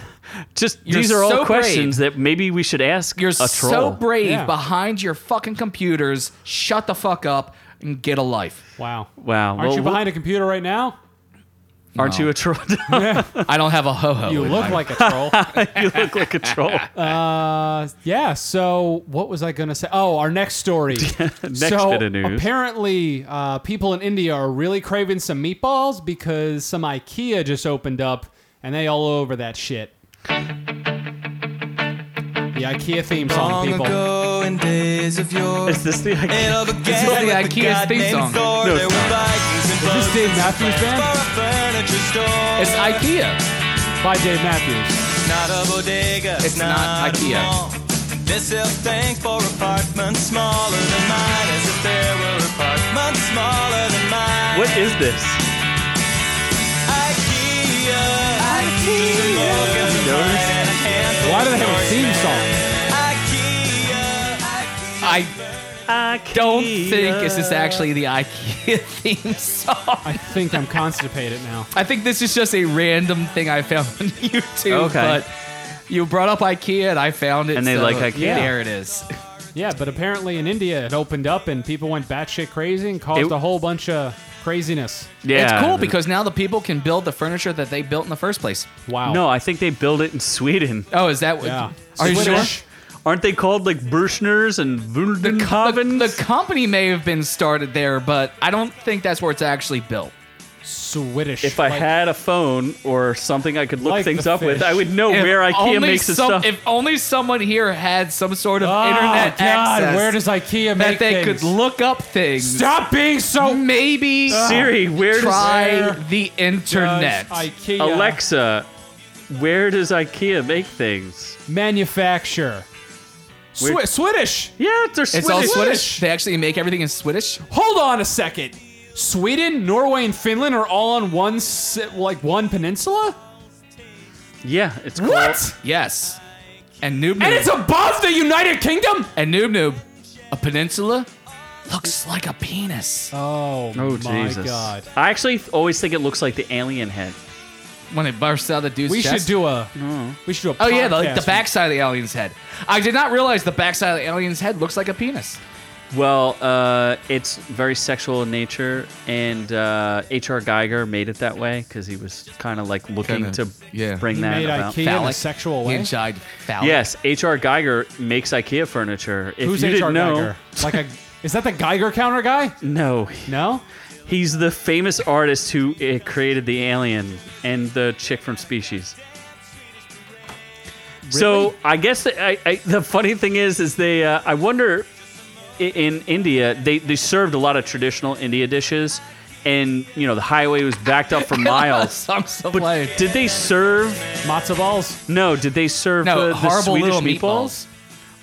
Speaker 1: Just
Speaker 3: You're
Speaker 1: these are all
Speaker 3: so
Speaker 1: questions that maybe we should ask
Speaker 3: You're
Speaker 1: a troll.
Speaker 3: so brave
Speaker 4: Yeah.
Speaker 3: behind your fucking computers. Shut the fuck up and get a life.
Speaker 4: Wow.
Speaker 1: Wow.
Speaker 4: Aren't
Speaker 1: Well,
Speaker 4: you
Speaker 1: we'll-
Speaker 4: behind a computer right now?
Speaker 1: Aren't you a troll?
Speaker 3: I don't have a ho ho.
Speaker 4: You look like a troll.
Speaker 1: you look like a troll.
Speaker 4: Uh, yeah. So what was I gonna say? Oh, our next story. next so
Speaker 1: bit of news.
Speaker 4: Apparently, uh, people in India are really craving some meatballs because some IKEA just opened up, and they all over that shit. The IKEA theme song, people.
Speaker 9: in days of yore.
Speaker 1: Is this the idea?
Speaker 9: all began
Speaker 3: is the IKEA's theme song.
Speaker 1: No,
Speaker 9: There
Speaker 1: it's
Speaker 9: were Vikings and
Speaker 4: Is this
Speaker 9: bugs
Speaker 4: Dave Matthews
Speaker 9: for
Speaker 4: Band
Speaker 9: a furniture store.
Speaker 3: It's IKEA.
Speaker 4: by Dave Matthews.
Speaker 9: not a bodega.
Speaker 3: It's not
Speaker 9: a
Speaker 3: IKEA.
Speaker 9: mall. They sell things for apartments smaller than mine, as if there were apartments smaller than mine.
Speaker 1: What is this?
Speaker 9: IKEA.
Speaker 4: Why do they have a theme song?
Speaker 3: I don't think this is actually the IKEA theme song.
Speaker 4: I think I'm constipated now.
Speaker 3: I think this is just a random thing I found on YouTube.
Speaker 1: Okay.
Speaker 3: But you brought up IKEA and I found it.
Speaker 1: And they
Speaker 3: so
Speaker 1: like IKEA.
Speaker 3: There it is.
Speaker 4: Yeah, but apparently in India it opened up and people went batshit crazy and caused
Speaker 1: It-
Speaker 4: a whole bunch of craziness.
Speaker 1: Yeah.
Speaker 3: It's cool because now the people can build the furniture that they built in the first place.
Speaker 4: Wow.
Speaker 1: No, I think they build it in Sweden.
Speaker 3: Oh, is that what?
Speaker 4: Yeah.
Speaker 3: Are you sure?
Speaker 4: Swedish.
Speaker 1: Aren't they called like Burschners and Wundenkovens?
Speaker 3: The, the company may have been started there, but I don't think that's where it's actually built.
Speaker 4: Swedish.
Speaker 1: if I
Speaker 4: like-
Speaker 1: had a phone or something I could look
Speaker 4: Like
Speaker 1: things
Speaker 4: the
Speaker 1: up with,
Speaker 4: fish.
Speaker 1: I would know
Speaker 3: If
Speaker 1: Oh, where IKEA
Speaker 3: only
Speaker 1: makes the
Speaker 3: some-
Speaker 1: stuff.
Speaker 3: If only someone here had some sort of
Speaker 4: Oh,
Speaker 3: internet
Speaker 4: God,
Speaker 3: access
Speaker 4: Where does IKEA
Speaker 3: that
Speaker 4: make
Speaker 3: they
Speaker 4: things?
Speaker 3: could look up things.
Speaker 4: Stop being so
Speaker 3: Maybe
Speaker 1: Siri, where
Speaker 3: try
Speaker 4: Where
Speaker 3: the internet.
Speaker 4: Does IKEA
Speaker 1: does Alexa? Where does IKEA make things?
Speaker 4: manufacture. Swi-
Speaker 1: Where-
Speaker 4: Swedish.
Speaker 1: Yeah, they're Swedish.
Speaker 3: It's all
Speaker 4: Swedish.
Speaker 3: Swedish. They actually make everything in Swedish.
Speaker 4: Hold on a second. Sweden, Norway, and Finland are all on one si- like one peninsula.
Speaker 1: Yeah, it's called.
Speaker 4: What?
Speaker 3: Yes. And Noob Noob.
Speaker 4: And it's above the United Kingdom.
Speaker 3: and Noob Noob. A peninsula looks like a penis
Speaker 4: Oh,
Speaker 1: Oh
Speaker 4: my
Speaker 1: Jesus!
Speaker 4: God.
Speaker 1: I actually th- always think it looks like the alien head.
Speaker 3: when it bursts out of the dude's
Speaker 4: We
Speaker 3: chest.
Speaker 4: should do a. We should do a.
Speaker 3: Oh yeah, the, like, the
Speaker 4: podcast.
Speaker 3: backside of the alien's head. I did not realize the backside of the alien's head looks like a penis.
Speaker 1: Well, uh, it's very sexual in nature, and uh, H.R. Geiger made it that way because he was kind of like looking
Speaker 3: Kinda,
Speaker 1: to
Speaker 3: yeah.
Speaker 1: bring
Speaker 4: He
Speaker 1: that
Speaker 4: made
Speaker 1: about.
Speaker 4: IKEA in a sexual way.
Speaker 3: Inside phallic.
Speaker 1: Yes, H.R. Geiger makes IKEA furniture. If
Speaker 4: Who's
Speaker 1: you
Speaker 4: HR
Speaker 1: didn't know,
Speaker 4: Geiger? Like a. Is that the Geiger counter guy?
Speaker 1: no,
Speaker 4: No.
Speaker 1: he's the famous artist who uh, created the alien and the chick from Species. So I guess the, I, I, the funny thing is, is they. Uh, I wonder i- in India they, they served a lot of traditional India dishes, and you know the highway was backed up for miles.
Speaker 3: Songs to
Speaker 1: But
Speaker 3: play.
Speaker 1: did they serve?
Speaker 4: Matzo balls.
Speaker 1: No, did they serve
Speaker 3: No,
Speaker 1: the, the
Speaker 3: horrible
Speaker 1: Swedish
Speaker 3: little
Speaker 1: meatballs?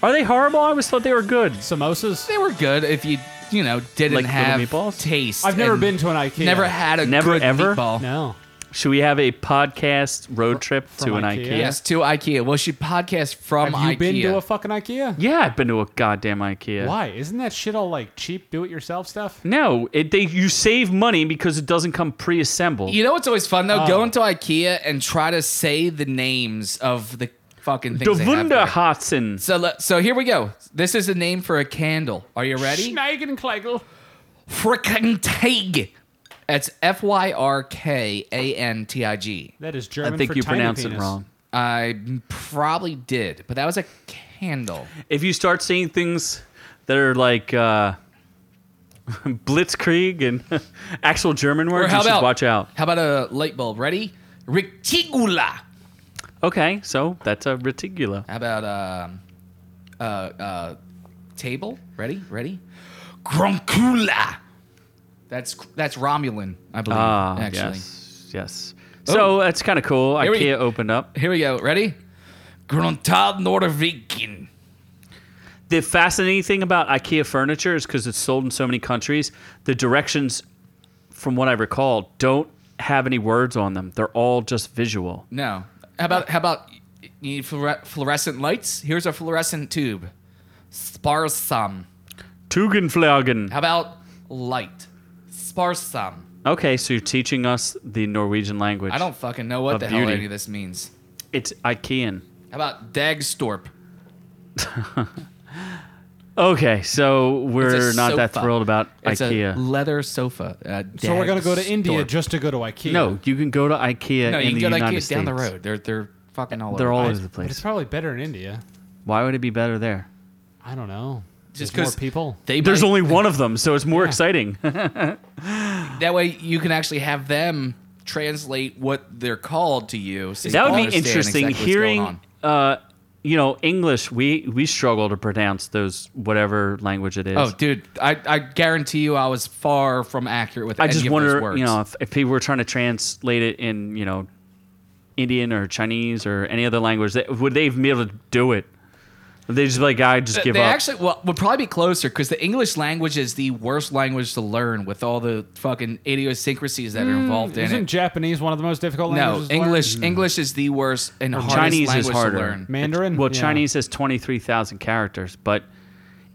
Speaker 1: Are they horrible? I always thought they were good.
Speaker 4: Samosas.
Speaker 3: They were good if you you know didn't
Speaker 1: Like little
Speaker 3: have
Speaker 1: meatballs?
Speaker 3: taste.
Speaker 4: I've never
Speaker 3: and
Speaker 4: been to an IKEA.
Speaker 3: Never had a
Speaker 1: Never
Speaker 3: good
Speaker 1: ever?
Speaker 3: meatball.
Speaker 4: No.
Speaker 1: Should we have a podcast road trip to an
Speaker 4: from
Speaker 1: IKEA?
Speaker 4: IKEA?
Speaker 3: Yes, to IKEA. Well, she podcast from
Speaker 4: Have you
Speaker 3: IKEA.
Speaker 4: been to a fucking IKEA?
Speaker 1: Yeah, I've been to a goddamn IKEA.
Speaker 4: Why? Isn't that shit all like cheap do-it-yourself stuff?
Speaker 1: No, it, they you save money because it doesn't come pre-assembled.
Speaker 3: you know what's always fun though?
Speaker 4: Oh.
Speaker 3: Going to IKEA and try to say the names of the fucking
Speaker 1: the
Speaker 3: things. they have there.
Speaker 1: Wunderhatzen.
Speaker 3: So le- so here we go. This is a name for a candle. Are you ready?
Speaker 4: Schneegenkleigel.
Speaker 3: Frickantig. That's F Y R K A N T I G.
Speaker 4: That is German
Speaker 1: I think
Speaker 4: for
Speaker 1: you
Speaker 4: tiny
Speaker 1: pronounce it
Speaker 4: penis.
Speaker 1: wrong.
Speaker 3: I probably did, but that was a candle.
Speaker 1: If you start seeing things that are like uh, Blitzkrieg and actual German words, you should watch out.
Speaker 3: How about a light bulb? Ready? Reticula.
Speaker 1: Okay, so that's a reticula.
Speaker 3: How about um, uh, uh, table? Ready? Ready? Gruncula. That's that's Romulan, I believe.
Speaker 1: Ah,
Speaker 3: actually,
Speaker 1: yes, yes. So that's kind of cool.
Speaker 3: Here we-
Speaker 1: IKEA opened up.
Speaker 3: here we go. Ready? Gruntad Nordavikin.
Speaker 1: The fascinating thing about IKEA furniture is because it's sold in so many countries, the directions, from what I recall, don't have any words on them. They're all just visual.
Speaker 3: No. How about how about you need fluore- fluorescent lights? Here's a fluorescent tube. Sparsum.
Speaker 1: Tugendflagen.
Speaker 3: How about light? Sparsum.
Speaker 1: Okay, so you're teaching us the Norwegian language.
Speaker 3: I don't fucking know what
Speaker 1: Of
Speaker 3: the hell
Speaker 1: beauty.
Speaker 3: any of this means.
Speaker 1: It's IKEAN.
Speaker 3: How about Dagstorp?
Speaker 1: Okay, so we're
Speaker 3: It's a
Speaker 1: not that
Speaker 3: sofa.
Speaker 1: thrilled about
Speaker 3: It's
Speaker 1: IKEA.
Speaker 3: a leather sofa. Uh,
Speaker 4: So we're gonna go to India
Speaker 3: Dagstorp.
Speaker 4: just to go to IKEA.
Speaker 1: no, you can go to IKEA
Speaker 3: no,
Speaker 1: in
Speaker 3: you
Speaker 1: the
Speaker 3: can go to
Speaker 1: United
Speaker 3: IKEA
Speaker 1: States.
Speaker 3: down the road. They're they're fucking all
Speaker 1: They're
Speaker 3: over.
Speaker 1: all
Speaker 3: I-
Speaker 1: over the
Speaker 4: but it's
Speaker 1: place.
Speaker 4: probably better in India.
Speaker 1: Why would it be better there?
Speaker 4: I don't know.
Speaker 3: Just
Speaker 4: There's
Speaker 3: 'cause-
Speaker 4: more people.
Speaker 3: They
Speaker 1: There's
Speaker 3: might-
Speaker 1: only one of them, so it's more exciting.
Speaker 3: that way you can actually have them translate what they're called to you. So
Speaker 1: That
Speaker 3: you
Speaker 1: would be
Speaker 3: understand
Speaker 1: interesting.
Speaker 3: exactly what's going
Speaker 1: Hearing,
Speaker 3: on.
Speaker 1: uh, you know, English, we we struggle to pronounce those whatever language it is.
Speaker 3: Oh, dude, I, I guarantee you, I was far from accurate with
Speaker 1: I
Speaker 3: any
Speaker 1: just
Speaker 3: of those
Speaker 1: wonder,
Speaker 3: words.
Speaker 1: you know, if, if people were trying to translate it in, you know, Indian or Chinese or any other language, that, would they even be able to do it? Would they just be like, I just
Speaker 3: Th-
Speaker 1: give
Speaker 3: they
Speaker 1: up.
Speaker 3: actually well, would probably be closer because the English language is the worst language to learn with all the fucking idiosyncrasies that are
Speaker 1: Mm,
Speaker 3: involved in
Speaker 4: Isn't
Speaker 3: it.
Speaker 4: Japanese one of the most difficult
Speaker 3: No,
Speaker 4: languages? to learn?
Speaker 3: English English is the worst and hardest
Speaker 1: Hmm. Chinese is
Speaker 3: language
Speaker 1: harder.
Speaker 3: to learn.
Speaker 4: Mandarin.
Speaker 1: well,
Speaker 4: Yeah.
Speaker 1: Chinese has 23,000 characters, but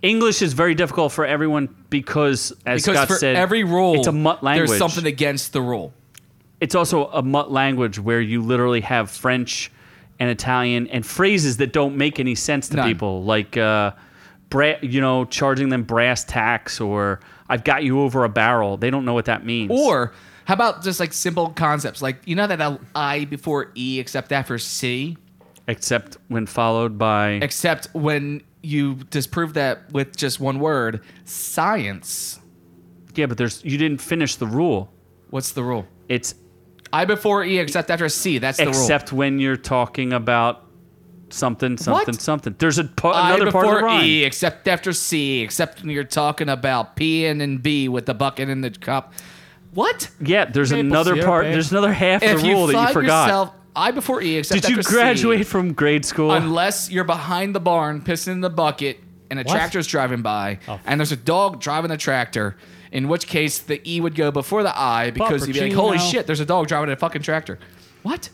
Speaker 1: English is very difficult for everyone because, as
Speaker 3: Because
Speaker 1: Scott
Speaker 3: for
Speaker 1: said,
Speaker 3: every rule,
Speaker 1: it's a mutt language.
Speaker 3: There's something against the rule.
Speaker 1: it's also a mutt language where you literally have French and Italian and phrases that don't make any sense to
Speaker 3: None.
Speaker 1: people, like uh, bra- you know, charging them brass tacks or "I've got you over a barrel." They don't know what that means.
Speaker 3: Or how about just like simple concepts like you know that L- I before E except after C,
Speaker 1: except when followed by
Speaker 3: except when you disprove that with just one word, science.
Speaker 1: yeah, but there's you didn't finish the rule.
Speaker 3: What's the rule?
Speaker 1: It's
Speaker 3: I before E except after C. That's the rule.
Speaker 1: except when you're talking about something, something, something. There's a pa-
Speaker 3: I
Speaker 1: another
Speaker 3: before
Speaker 1: part of the rhyme.
Speaker 3: E, except after C, except when you're talking about P and then B with the bucket and the cup. What?
Speaker 1: Yeah, there's
Speaker 4: Maple
Speaker 1: another
Speaker 4: syrup,
Speaker 1: part.
Speaker 4: eh?
Speaker 1: There's another half of
Speaker 3: if
Speaker 1: the rule
Speaker 3: you
Speaker 1: that
Speaker 3: thought
Speaker 1: you forgot.
Speaker 3: yourself I before E, except
Speaker 1: Did you
Speaker 3: after
Speaker 1: graduate
Speaker 3: C,
Speaker 1: from grade school?
Speaker 3: unless you're behind the barn pissing in the bucket and a
Speaker 4: What? Oh.
Speaker 3: tractor's driving by and there's a dog driving the tractor. In which case the E would go before the I because you'd be like, "Holy
Speaker 4: Puppuccino.
Speaker 3: shit, there's a dog driving a fucking tractor." What?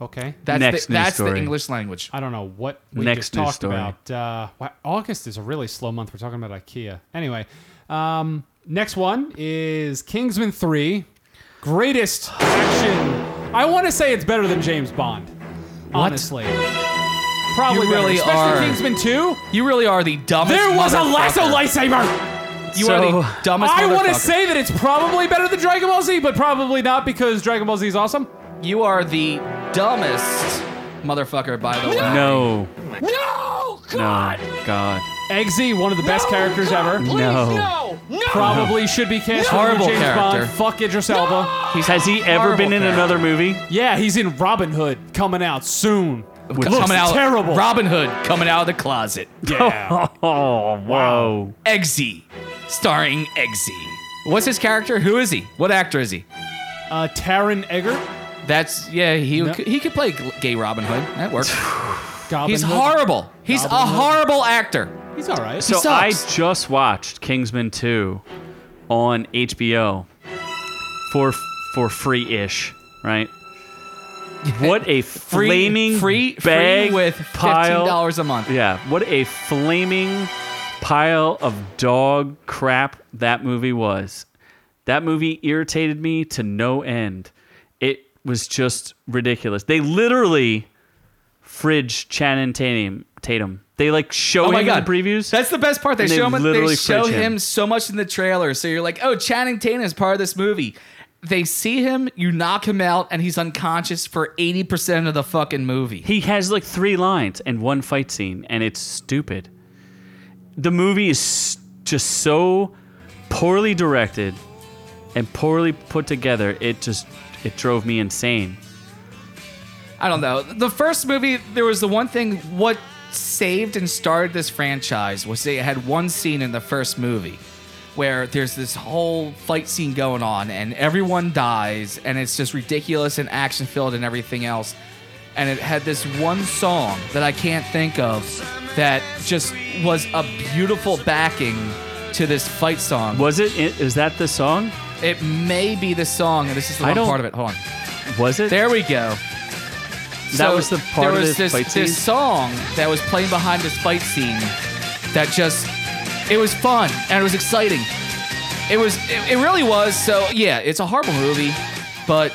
Speaker 4: Okay.
Speaker 3: That's
Speaker 1: Next
Speaker 3: the,
Speaker 1: news
Speaker 3: that's the
Speaker 1: story.
Speaker 3: English language.
Speaker 4: I don't know what we
Speaker 1: Next
Speaker 4: just
Speaker 1: news
Speaker 4: talked
Speaker 1: story.
Speaker 4: about. Uh, why, August is a really slow month. We're talking about IKEA. Anyway, um, next one is Kingsman 3, greatest action. I want to say it's better than James Bond. Honestly. Probably
Speaker 3: You
Speaker 4: better,
Speaker 3: really
Speaker 4: especially
Speaker 3: are-
Speaker 4: Kingsman 2.
Speaker 3: You really are the dumbest.
Speaker 4: There was a
Speaker 3: motherfucker.
Speaker 4: lasso lightsaber.
Speaker 3: You are
Speaker 1: So-
Speaker 3: the dumbest.
Speaker 4: I want to
Speaker 3: motherfucker.
Speaker 4: say that it's probably better than Dragon Ball Z, but probably not because Dragon Ball Z is awesome.
Speaker 3: You are the dumbest motherfucker, by the way.
Speaker 1: no,
Speaker 2: No!
Speaker 1: no,
Speaker 2: God!
Speaker 1: God,
Speaker 4: Eggsy, one of the best characters ever.
Speaker 2: Please,
Speaker 1: No.
Speaker 2: no! No!
Speaker 4: Probably should be cast as
Speaker 3: Horrible
Speaker 4: James
Speaker 3: character.
Speaker 4: Bond. Fuck Idris Elba.
Speaker 1: has he ever
Speaker 3: horrible
Speaker 1: been in
Speaker 3: character.
Speaker 1: another movie?
Speaker 4: Yeah, he's in Robin Hood coming out soon.
Speaker 1: Which-
Speaker 4: Looks
Speaker 3: coming out,
Speaker 4: terrible.
Speaker 3: Robin Hood coming out of the closet.
Speaker 4: yeah.
Speaker 1: Oh, whoa!
Speaker 3: Eggsy, starring Eggsy. What's his character? Who is he? What actor is he?
Speaker 4: Uh, Taron Eggert.
Speaker 3: That's yeah. He he could play g- gay Robin Hood. That works.
Speaker 4: Goblin
Speaker 3: He's
Speaker 4: Hood.
Speaker 3: horrible. He's a
Speaker 4: Robin Hood.
Speaker 3: horrible
Speaker 1: Oh
Speaker 3: actor.
Speaker 4: He's all right.
Speaker 1: So I
Speaker 3: sucks.
Speaker 1: just watched Kingsman Two on HBO for for free ish, right? What a
Speaker 3: Free,
Speaker 1: flaming
Speaker 3: free,
Speaker 1: bag
Speaker 3: free with
Speaker 1: pile.
Speaker 3: fifteen dollars a month.
Speaker 1: Yeah, what a flaming pile of dog crap that movie was. That movie irritated me to no end. It was just ridiculous. They literally fridge Channing Tatum. Tatum. They like show
Speaker 3: Oh
Speaker 1: him
Speaker 3: my god!
Speaker 1: in the previews.
Speaker 3: That's the best part. They
Speaker 1: And they
Speaker 3: show him. They
Speaker 1: literally
Speaker 3: show
Speaker 1: fridge
Speaker 3: him.
Speaker 1: him.
Speaker 3: so much in the trailer, so you're like, "Oh, Channing Tatum is part of this movie." They see him, you knock him out, and he's unconscious for eighty percent of the fucking movie.
Speaker 1: He has like three lines and one fight scene, and it's stupid. The movie is just so poorly directed and poorly put together. It just it drove me insane.
Speaker 3: I don't know. The first movie, there was the one thing. What saved and started this franchise was they had one scene in the first movie where there's this whole fight scene going on, and everyone dies, and it's just ridiculous and action filled and everything else. And it had this one song that I can't think of that just was a beautiful backing to this fight song.
Speaker 1: Was it? i- Is that the song?
Speaker 3: It may be the song, and this is the
Speaker 1: I
Speaker 3: one
Speaker 1: don't-
Speaker 3: part of it. Hold on.
Speaker 1: Was it?
Speaker 3: There we go.
Speaker 1: That was the part
Speaker 3: there
Speaker 1: of
Speaker 3: was
Speaker 1: the
Speaker 3: this,
Speaker 1: fight
Speaker 3: this
Speaker 1: scene?
Speaker 3: song that was playing behind this fight scene that just it was fun and it was exciting. It was it, it really was. So yeah, it's a horrible movie, but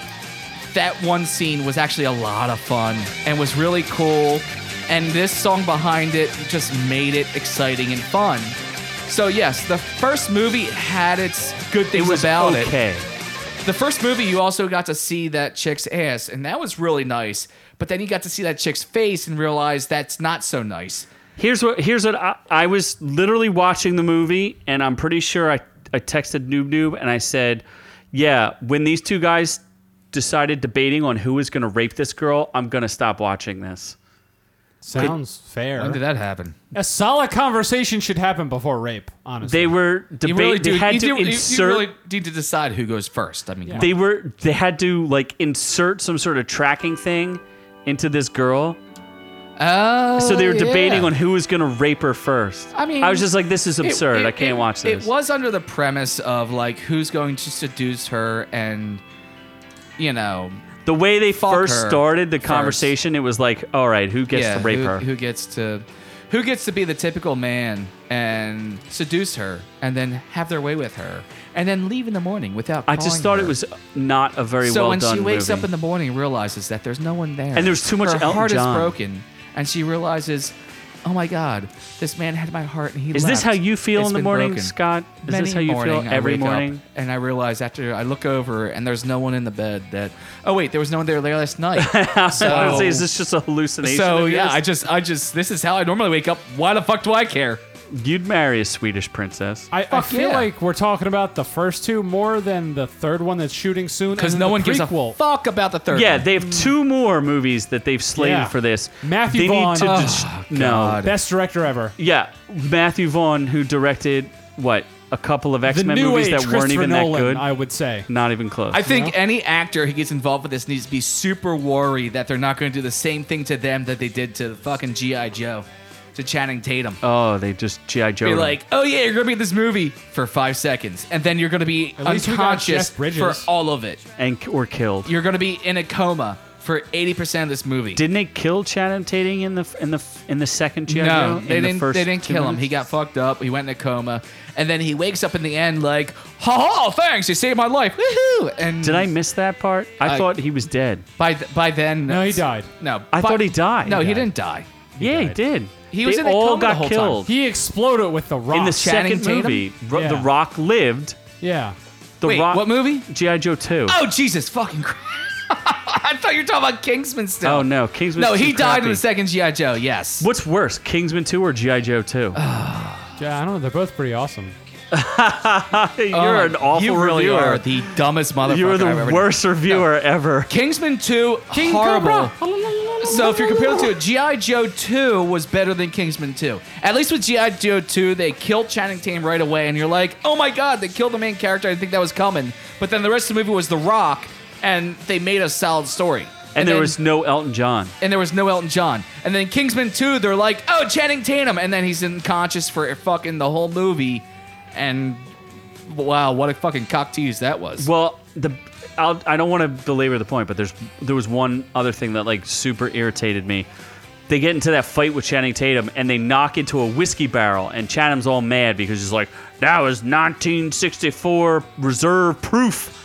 Speaker 3: that one scene was actually a lot of fun and was really cool. And this song behind it just made it exciting and fun. So yes, the first movie had its good
Speaker 1: It
Speaker 3: things
Speaker 1: was
Speaker 3: about it.
Speaker 1: okay.
Speaker 3: The first movie, you also got to see that chick's ass, and that was really nice. But then you got to see that chick's face and realize that's not so nice.
Speaker 1: Here's what. Here's what. I, I was literally watching the movie, and I'm pretty sure I I texted Noob Noob and I said, "Yeah, when these two guys decided debating on who was going to rape this girl, I'm going to stop watching this."
Speaker 4: Sounds fair.
Speaker 3: When did that happen?
Speaker 4: A solid conversation should happen before rape, honestly.
Speaker 1: They were
Speaker 3: You
Speaker 1: debate.
Speaker 3: really do.
Speaker 1: they had
Speaker 3: you
Speaker 1: to
Speaker 3: do- you- you
Speaker 1: insert.
Speaker 3: really need to decide who goes first. I mean, come
Speaker 1: They were. They had to like insert some sort of tracking thing into this girl.
Speaker 3: on.
Speaker 1: So they were
Speaker 3: Oh,
Speaker 1: debating
Speaker 3: yeah.
Speaker 1: on who was going to rape her first.
Speaker 3: I mean,
Speaker 1: I was just like, this is
Speaker 3: It-
Speaker 1: absurd.
Speaker 3: it-
Speaker 1: I can't
Speaker 3: it-
Speaker 1: watch this.
Speaker 3: It was under the premise of like who's going to seduce her, and you know,
Speaker 1: the way they
Speaker 3: Fuck
Speaker 1: first
Speaker 3: her
Speaker 1: started the
Speaker 3: first.
Speaker 1: conversation, it was like, all right, who gets to rape
Speaker 3: who,
Speaker 1: her?
Speaker 3: who gets to who gets to be the typical man and seduce her and then have their way with her and then leave in the morning without
Speaker 1: I just
Speaker 3: calling
Speaker 1: thought
Speaker 3: her.
Speaker 1: it was not a very
Speaker 3: so
Speaker 1: well
Speaker 3: when
Speaker 1: done
Speaker 3: she wakes
Speaker 1: movie.
Speaker 3: up in the morning and realizes that there's no one there
Speaker 1: And there's too much
Speaker 3: her
Speaker 1: Elton
Speaker 3: heart
Speaker 1: John.
Speaker 3: is broken and she realizes oh my god this man had my heart and he
Speaker 1: is this
Speaker 3: left.
Speaker 1: how you feel
Speaker 3: It's
Speaker 1: in the
Speaker 3: been
Speaker 1: morning,
Speaker 3: broken."
Speaker 1: Scott? Is
Speaker 3: Many
Speaker 1: this how you
Speaker 3: morning,
Speaker 1: feel
Speaker 3: I
Speaker 1: every
Speaker 3: wake up
Speaker 1: morning?
Speaker 3: and I realize after I look over and there's no one in the bed that oh wait there was no one there last night so
Speaker 1: I would say, is this just a hallucination?
Speaker 3: so
Speaker 1: of
Speaker 3: yeah,
Speaker 1: yours?
Speaker 3: I just, I just, this is how I normally wake up. Why the fuck do I care?
Speaker 1: you'd marry a Swedish princess.
Speaker 4: I, I
Speaker 3: Fuck
Speaker 4: feel
Speaker 3: yeah.
Speaker 4: like we're talking about the first two more than the third one that's shooting soon.
Speaker 3: Because
Speaker 4: and
Speaker 3: no
Speaker 4: then
Speaker 3: one
Speaker 4: the
Speaker 3: gives
Speaker 4: prequel.
Speaker 3: a fuck about the third.
Speaker 1: Yeah,
Speaker 3: one.
Speaker 1: they have two more movies that they've slated
Speaker 4: Yeah.
Speaker 1: for this.
Speaker 4: Matthew
Speaker 1: they
Speaker 4: Vaughn.
Speaker 1: Need to
Speaker 4: Oh,
Speaker 1: dis- no,
Speaker 3: God.
Speaker 4: Best director ever.
Speaker 1: yeah, Matthew Vaughn, who directed what a couple of X
Speaker 4: the
Speaker 1: Men
Speaker 4: new
Speaker 1: movies
Speaker 4: age
Speaker 1: that
Speaker 4: Christopher
Speaker 1: weren't even
Speaker 4: Nolan,
Speaker 1: that good.
Speaker 4: I would say.
Speaker 1: Not even close.
Speaker 3: I think any actor who gets involved with this needs to be super worried that they're not going to do the same thing to them that they did to fucking GI Joe, to Channing Tatum.
Speaker 1: oh, they just GI Joe.
Speaker 3: Be like, oh yeah, you're gonna be in this movie for five seconds, and then you're gonna be
Speaker 4: At least we got
Speaker 3: unconscious
Speaker 4: Jeff
Speaker 3: for
Speaker 4: Bridges.
Speaker 3: all of it.
Speaker 1: and or killed.
Speaker 3: You're gonna be in a coma for eighty percent of this movie.
Speaker 1: Didn't they kill Channing Tatum in the in the in the second GI Joe?
Speaker 3: No,
Speaker 1: In
Speaker 3: they
Speaker 1: the
Speaker 3: didn't.
Speaker 1: first
Speaker 3: they didn't
Speaker 1: two
Speaker 3: kill him.
Speaker 1: minutes?
Speaker 3: He got fucked up. He went in a coma, and then he wakes up in the end like, "Ha ha! Thanks, you saved my life. Woohoo!" And
Speaker 1: Did I miss that part? I,
Speaker 3: I-
Speaker 1: thought he was dead.
Speaker 3: by th- by then?
Speaker 4: No, he died.
Speaker 3: No,
Speaker 1: I
Speaker 3: by-
Speaker 1: thought he died.
Speaker 3: No, he
Speaker 1: He
Speaker 3: didn't die.
Speaker 1: yeah, he
Speaker 4: died.
Speaker 1: did.
Speaker 3: He was
Speaker 1: they
Speaker 3: in a
Speaker 1: all
Speaker 3: coma the
Speaker 1: got
Speaker 3: whole time. Oh,
Speaker 1: killed
Speaker 4: He exploded with the rock.
Speaker 1: in the
Speaker 3: Channing
Speaker 1: second
Speaker 3: Tatum?
Speaker 1: movie. Ro- The
Speaker 4: Yeah.
Speaker 1: Rock lived.
Speaker 4: yeah.
Speaker 1: The
Speaker 3: Wait,
Speaker 1: Rock.
Speaker 3: what movie?
Speaker 1: GI Joe Two.
Speaker 3: Oh Jesus fucking Christ! I thought you were talking about Kingsman still.
Speaker 1: Oh, no, Kingsman's
Speaker 3: No, he
Speaker 1: too
Speaker 3: died in
Speaker 1: crappy.
Speaker 3: the second GI Joe. Yes.
Speaker 1: What's worse, Kingsman Two or GI Joe Two?
Speaker 4: Yeah, I don't know. They're both pretty awesome.
Speaker 1: You're
Speaker 3: Oh,
Speaker 1: an awful
Speaker 3: You really
Speaker 1: reviewer.
Speaker 3: are the dumbest motherfucker.
Speaker 1: you are
Speaker 3: I've ever
Speaker 1: the
Speaker 3: known.
Speaker 1: worst reviewer ever.
Speaker 3: Kingsman 2, horrible. So if you're comparing it to it, G.I. Joe 2 was better than Kingsman 2. At least with G.I. Joe 2, they killed Channing Tatum right away, and you're like, oh my god, they killed the main character. I didn't think that was coming. But then the rest of the movie was The Rock, and they made a solid story.
Speaker 1: And there
Speaker 3: then-
Speaker 1: was no Elton John.
Speaker 3: and there was no Elton John. And then Kingsman 2, they're like, oh, Channing Tatum. And then he's unconscious for fucking the whole movie. And Wow, what a fucking cock tease that was.
Speaker 1: Well, the I'll, I don't want to belabor the point, but there's there was one other thing that like super irritated me. They get into that fight with Channing Tatum and they knock into a whiskey barrel, and Chatham's all mad because he's like, "That was 1964 reserve proof,"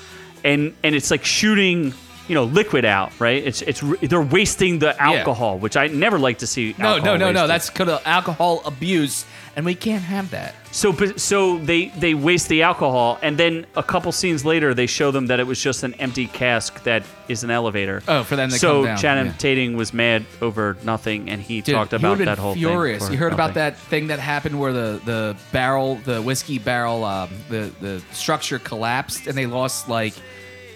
Speaker 1: and and it's like shooting. You know, liquid out, right? It's it's re- they're wasting the alcohol, which I never like to see.
Speaker 3: no,
Speaker 1: alcohol
Speaker 3: no, no, no.
Speaker 1: wasted.
Speaker 3: That's called alcohol abuse, and we can't have that.
Speaker 1: So, but- so they they waste the alcohol, and then a couple scenes later, they show them that it was just an empty cask that is an elevator.
Speaker 3: Oh, for them to
Speaker 1: so
Speaker 3: come down,
Speaker 1: Channing
Speaker 3: yeah.
Speaker 1: Tatum was mad over nothing, and he
Speaker 3: Dude,
Speaker 1: talked
Speaker 3: he
Speaker 1: about
Speaker 3: would've
Speaker 1: that
Speaker 3: been
Speaker 1: whole
Speaker 3: furious.
Speaker 1: thing. for
Speaker 3: You heard about
Speaker 1: nothing.
Speaker 3: that thing that happened where the, the barrel, the whiskey barrel, um, the the structure collapsed, and they lost like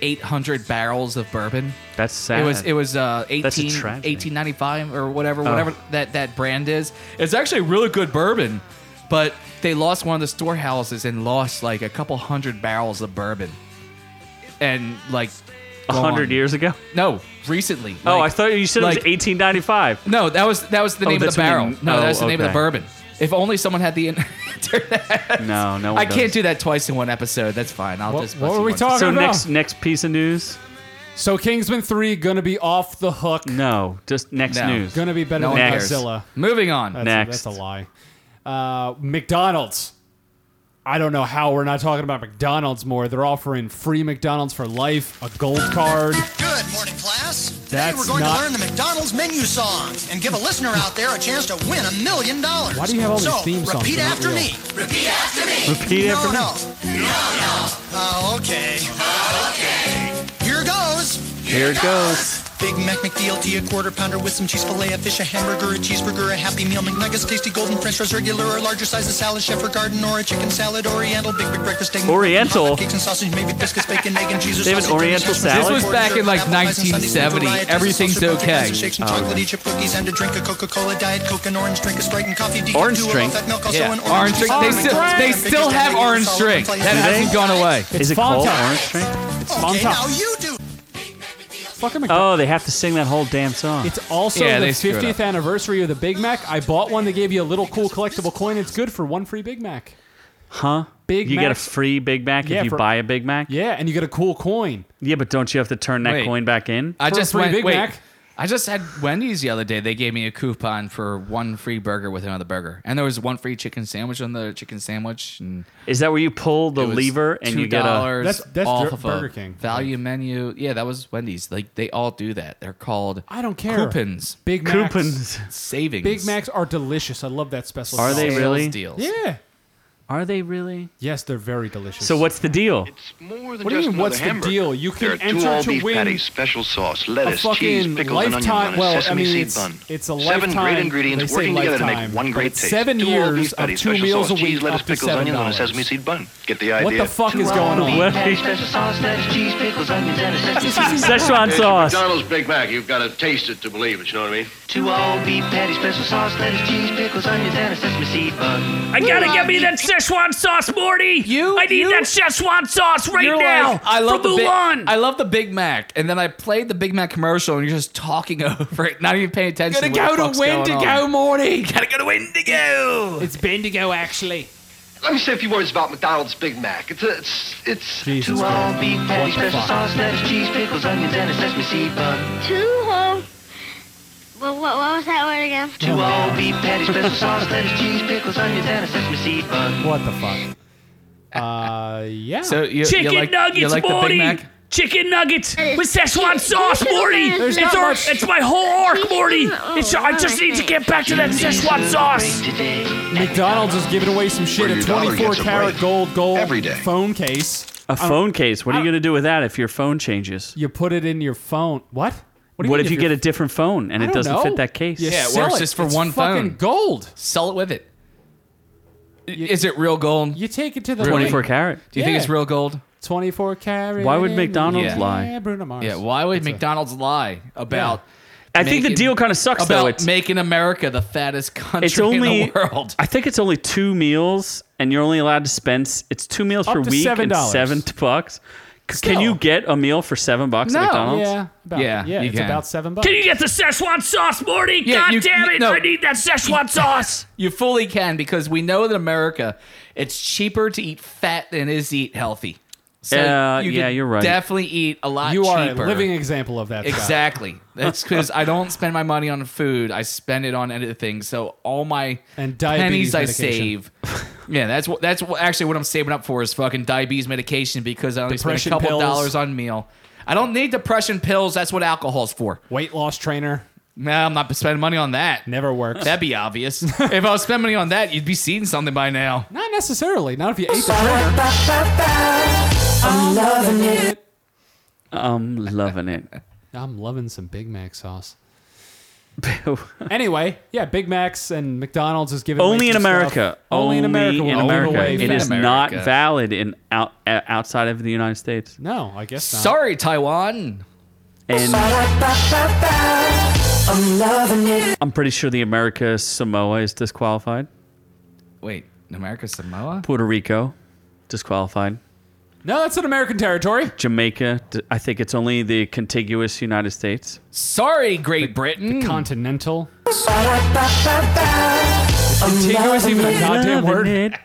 Speaker 3: 800 barrels of bourbon.
Speaker 1: That's sad.
Speaker 3: It was it was uh, 18,
Speaker 1: That's a tragedy. Oh.
Speaker 3: 1895 or whatever whatever that that brand is. It's actually really good bourbon, but they lost one of the storehouses and lost like a couple hundred barrels of bourbon, and like
Speaker 1: a hundred
Speaker 3: gone.
Speaker 1: years ago.
Speaker 3: No, recently.
Speaker 1: oh, I
Speaker 3: Like-
Speaker 1: thought you said
Speaker 3: like-
Speaker 1: it was 1895.
Speaker 3: no, that was that was the
Speaker 1: Oh,
Speaker 3: name of
Speaker 1: that's
Speaker 3: the
Speaker 1: what you
Speaker 3: barrel.
Speaker 1: mean.
Speaker 3: no,
Speaker 1: Oh,
Speaker 3: that was the name of the
Speaker 1: okay.
Speaker 3: bourbon. If only someone had the in- internet.
Speaker 1: No, no. One
Speaker 3: I can't
Speaker 1: does.
Speaker 3: do that twice in one episode. That's fine. I'll
Speaker 4: What-
Speaker 3: just.
Speaker 4: what were we talking-
Speaker 1: So
Speaker 4: No, no.
Speaker 1: next next piece of news.
Speaker 4: So Kingsman three gonna be off the hook.
Speaker 1: No, just next
Speaker 3: No.
Speaker 1: news.
Speaker 4: Gonna be better
Speaker 3: No
Speaker 4: than
Speaker 1: one cares.
Speaker 4: Godzilla.
Speaker 3: Moving on.
Speaker 4: That's,
Speaker 1: Next.
Speaker 4: that's a lie. Uh, McDonald's. I don't know how we're not talking about McDonald's more. They're offering free McDonald's for life, a gold card.
Speaker 10: Good morning, class. Today
Speaker 4: That's
Speaker 10: we're going
Speaker 4: not-
Speaker 10: to learn the McDonald's menu song and give a listener out there a chance to win a million dollars.
Speaker 4: Why do you have all these
Speaker 10: so,
Speaker 4: theme songs
Speaker 10: Repeat
Speaker 4: that aren't
Speaker 10: after
Speaker 4: real?
Speaker 10: me. Repeat after me.
Speaker 1: Repeat
Speaker 10: no,
Speaker 1: after me.
Speaker 10: no. No, no. Oh, okay. Okay. Here goes.
Speaker 1: Here it goes.
Speaker 10: Big Mac McDLT, a quarter pounder with some cheese fillet, a fish, a hamburger, a cheeseburger, a Happy Meal, McNuggets, tasty golden French fries, regular or larger size, a salad, chef or garden, or a chicken salad, Oriental, big big breakfast, egg,
Speaker 1: Oriental?
Speaker 10: cakes and sausage, maybe biscuits, bacon, egg and cheese. or
Speaker 1: They have an
Speaker 10: sausage,
Speaker 1: Oriental
Speaker 10: hash browns,
Speaker 1: salad?
Speaker 3: This was back in, like, 1970. Everything's okay. Uh,
Speaker 10: Shakes and chocolatey chip cookies and a drink of Coca-Cola, diet Coke, an orange drink, a Sprite and coffee, decaf,
Speaker 1: Orange
Speaker 10: two, a
Speaker 1: drink?
Speaker 10: low-fat milk, also
Speaker 3: Yeah,
Speaker 10: an
Speaker 3: orange drink. They still, they still have orange drink. That hasn't gone away.
Speaker 1: Is it
Speaker 4: Fanta.
Speaker 1: called Orange Drink?
Speaker 10: Okay,
Speaker 4: Fanta.
Speaker 10: now you do.
Speaker 4: Fucking McDonald's.
Speaker 1: Oh, they have to sing that whole damn song.
Speaker 4: It's also
Speaker 3: Yeah,
Speaker 4: the
Speaker 3: they screwed
Speaker 4: 50th
Speaker 3: up.
Speaker 4: anniversary of the Big Mac. I bought one. They gave you a little cool collectible coin. It's good for one free Big Mac.
Speaker 1: huh?
Speaker 4: Big
Speaker 1: you get a
Speaker 4: Macs-
Speaker 1: free Big Mac
Speaker 4: Yeah,
Speaker 1: if you
Speaker 4: for-
Speaker 1: buy a Big Mac.
Speaker 4: Yeah, and you get a cool coin.
Speaker 1: Yeah, but don't you have to turn that
Speaker 3: Wait.
Speaker 1: coin back in?
Speaker 3: I
Speaker 4: For a
Speaker 3: just
Speaker 4: free
Speaker 3: went.
Speaker 4: Big
Speaker 3: wait,
Speaker 4: Mac?
Speaker 3: I just had Wendy's the other day. They gave me a coupon for one free burger with another burger, and there was one free chicken sandwich on the chicken sandwich. And
Speaker 1: Is that where you pull the
Speaker 3: it was
Speaker 1: lever and you get a?
Speaker 3: $2
Speaker 4: That's- that's
Speaker 3: off
Speaker 4: Dur-
Speaker 3: of
Speaker 4: Burger
Speaker 3: a
Speaker 4: King.
Speaker 3: value menu. Yeah, that was Wendy's. Like they all do that. They're called
Speaker 4: I don't care.
Speaker 3: coupons,
Speaker 4: Big Macs.
Speaker 1: Coupons.
Speaker 3: savings.
Speaker 4: Big Macs are delicious. I love that special.
Speaker 1: Are
Speaker 4: sauce.
Speaker 1: they
Speaker 3: sales
Speaker 1: really?
Speaker 3: deals.
Speaker 4: Yeah.
Speaker 1: Are they really?
Speaker 4: Yes, they're very delicious.
Speaker 1: So what's the deal?
Speaker 4: What do you mean, what's the deal? You
Speaker 11: there are
Speaker 4: can
Speaker 11: two
Speaker 4: enter
Speaker 11: all
Speaker 4: to
Speaker 11: beef
Speaker 4: win
Speaker 11: patties, special sauce,
Speaker 4: a
Speaker 11: lettuce, cheese,
Speaker 4: fucking
Speaker 11: pickles, and onion
Speaker 4: lifetime.
Speaker 11: on a
Speaker 4: Well, I
Speaker 11: sesame
Speaker 4: mean,
Speaker 11: seed
Speaker 4: it's,
Speaker 11: bun.
Speaker 4: it's a lifetime.
Speaker 11: Seven great ingredients
Speaker 4: they say
Speaker 11: working together to
Speaker 4: lifetime,
Speaker 11: make one
Speaker 4: but
Speaker 11: great
Speaker 4: it's
Speaker 11: taste.
Speaker 4: Seven
Speaker 11: two all
Speaker 4: years
Speaker 11: beef
Speaker 4: of
Speaker 11: patties,
Speaker 4: two
Speaker 11: special
Speaker 4: meals a
Speaker 11: sauce,
Speaker 4: week
Speaker 11: cheese, lettuce,
Speaker 4: up to
Speaker 11: pickles,
Speaker 4: seven
Speaker 11: onion on a
Speaker 4: dollars.
Speaker 11: sesame seed bun. Get the idea.
Speaker 4: What the fuck is going on?
Speaker 1: What? Szechuan sauce.
Speaker 11: McDonald's Big Mac, you've got to taste it to believe it, you know what I mean?
Speaker 2: Two all beef patties, special sauce, lettuce, cheese, pickles, onions, and a sesame seed bun.
Speaker 5: I gotta get me that Szechuan sauce, Morty.
Speaker 3: You-
Speaker 5: I need
Speaker 3: you-
Speaker 5: that Szechuan sauce right
Speaker 3: You're
Speaker 5: now.
Speaker 3: like, I love
Speaker 5: for
Speaker 3: the Big,
Speaker 5: Mulan.
Speaker 3: I love the Big Mac, and then I played the Big Mac commercial, and you're just talking over it, not even paying attention. to what the fuck's going on.
Speaker 4: Morty.
Speaker 11: Gotta go to Indigo.
Speaker 4: It's Bendigo, actually.
Speaker 11: Let me say a few words about McDonald's Big Mac. It's a, it's it's
Speaker 4: Jesus
Speaker 2: Two all
Speaker 4: Christ.
Speaker 2: beef patties,
Speaker 4: What the
Speaker 2: special
Speaker 4: fuck?
Speaker 2: sauce, lettuce, cheese, pickles, onions, and a sesame seed bun.
Speaker 12: Two whole. Well, what, what was that word again?
Speaker 2: Two all beef patties, special sauce, lettuce, cheese, pickles, onions, and a sesame seed bun.
Speaker 4: What the fuck? Uh, yeah.
Speaker 3: So you,
Speaker 5: Chicken
Speaker 3: you like,
Speaker 5: nuggets,
Speaker 3: you like The
Speaker 5: Morty.
Speaker 3: Big Mac?
Speaker 5: Chicken nuggets with Szechuan
Speaker 12: There's
Speaker 5: sauce,
Speaker 12: not
Speaker 5: Morty.
Speaker 12: much.
Speaker 5: it's, our,
Speaker 4: much-
Speaker 5: it's my whole arc, Morty. It's, I just need to get back to that Szechuan sauce.
Speaker 2: Today,
Speaker 4: McDonald's is giving away some shit.
Speaker 11: Where
Speaker 4: A
Speaker 11: your dollar
Speaker 4: 24
Speaker 11: gets a
Speaker 4: karat
Speaker 11: break.
Speaker 4: gold gold
Speaker 11: Every day.
Speaker 4: phone case.
Speaker 1: A phone case. What are you gonna do with that if your phone changes?
Speaker 4: You put it in your phone. What? What, do
Speaker 1: What if you get
Speaker 4: your-
Speaker 1: a different phone and
Speaker 4: I
Speaker 1: it
Speaker 4: don't
Speaker 1: doesn't
Speaker 4: know.
Speaker 1: fit that case?
Speaker 4: You
Speaker 3: Yeah, it
Speaker 4: sell
Speaker 3: works just for
Speaker 4: It's
Speaker 3: one
Speaker 4: fucking
Speaker 3: phone.
Speaker 4: gold.
Speaker 3: Sell it with it. I- Is it real gold?
Speaker 4: You take it to the
Speaker 1: Twenty-four carat.
Speaker 3: Do you think
Speaker 4: Yeah.
Speaker 3: it's real gold?
Speaker 4: 24 carat.
Speaker 1: Why would
Speaker 4: in
Speaker 1: McDonald's
Speaker 4: the-
Speaker 1: lie?
Speaker 4: Yeah, Bruno Mars.
Speaker 3: Yeah. Why would McDonald's lie about
Speaker 1: I think the
Speaker 3: Making-
Speaker 1: deal kind of sucks
Speaker 3: about
Speaker 1: though. It's
Speaker 3: making America the fattest country
Speaker 1: it's only
Speaker 3: in the world?
Speaker 1: I think it's only two meals, and you're only allowed to spend. s- It's two meals
Speaker 4: Up
Speaker 1: per
Speaker 4: to
Speaker 1: week and
Speaker 4: $7.
Speaker 1: seven bucks. Can you get a meal for seven bucks
Speaker 4: No.
Speaker 1: at McDonald's?
Speaker 4: Yeah, about- Yeah, yeah, you it's can. about seven bucks.
Speaker 5: Can you get the Szechuan sauce, Morty?
Speaker 3: Yeah,
Speaker 5: God
Speaker 3: you-
Speaker 5: damn
Speaker 3: you-
Speaker 5: it!
Speaker 3: no.
Speaker 5: I need that Szechuan sauce.
Speaker 3: You fully can because we know that America, it's cheaper to eat fat than it is to eat healthy.
Speaker 1: Uh,
Speaker 3: you
Speaker 1: yeah,
Speaker 3: could
Speaker 1: you're right.
Speaker 3: Definitely eat a lot
Speaker 4: You are a
Speaker 3: cheaper.
Speaker 4: living example of that. Scott.
Speaker 3: Exactly. That's because I don't spend my money on food. I spend it on anything. So all my
Speaker 4: And diabetes
Speaker 3: pennies I
Speaker 4: medication.
Speaker 3: save. Yeah, that's what that's what, actually what I'm saving up for is fucking diabetes medication because I only spend
Speaker 4: Depression
Speaker 3: a couple
Speaker 4: pills.
Speaker 3: dollars on meal. I don't need depression pills. That's what alcohol's for.
Speaker 4: Weight loss trainer.
Speaker 3: No, I'm not spending money on that.
Speaker 4: Never works.
Speaker 3: That'd be obvious. if I was spending money on that, you'd be seeing something by now.
Speaker 4: Not necessarily. Not if you ate the trainer.
Speaker 13: I'm loving it.
Speaker 1: I'm loving it.
Speaker 4: I'm loving some Big Mac sauce. anyway, yeah, Big Macs and McDonald's is giving away
Speaker 1: Only in
Speaker 4: some
Speaker 1: America.
Speaker 4: stuff. Only in America.
Speaker 1: In
Speaker 4: we're giving
Speaker 1: America.
Speaker 4: away
Speaker 1: It
Speaker 4: fat.
Speaker 1: is not valid in out, uh, outside of the United States.
Speaker 4: No, I guess not.
Speaker 3: Sorry, Taiwan.
Speaker 1: And
Speaker 13: I'm loving it.
Speaker 1: I'm pretty sure the America Samoa is disqualified.
Speaker 3: Wait, America Samoa?
Speaker 1: Puerto Rico, disqualified.
Speaker 4: No, that's an American territory.
Speaker 1: Jamaica, d- I think it's only the contiguous United States.
Speaker 3: Sorry, Great Britain.
Speaker 4: Continental.
Speaker 13: Contiguous
Speaker 4: even a goddamn word?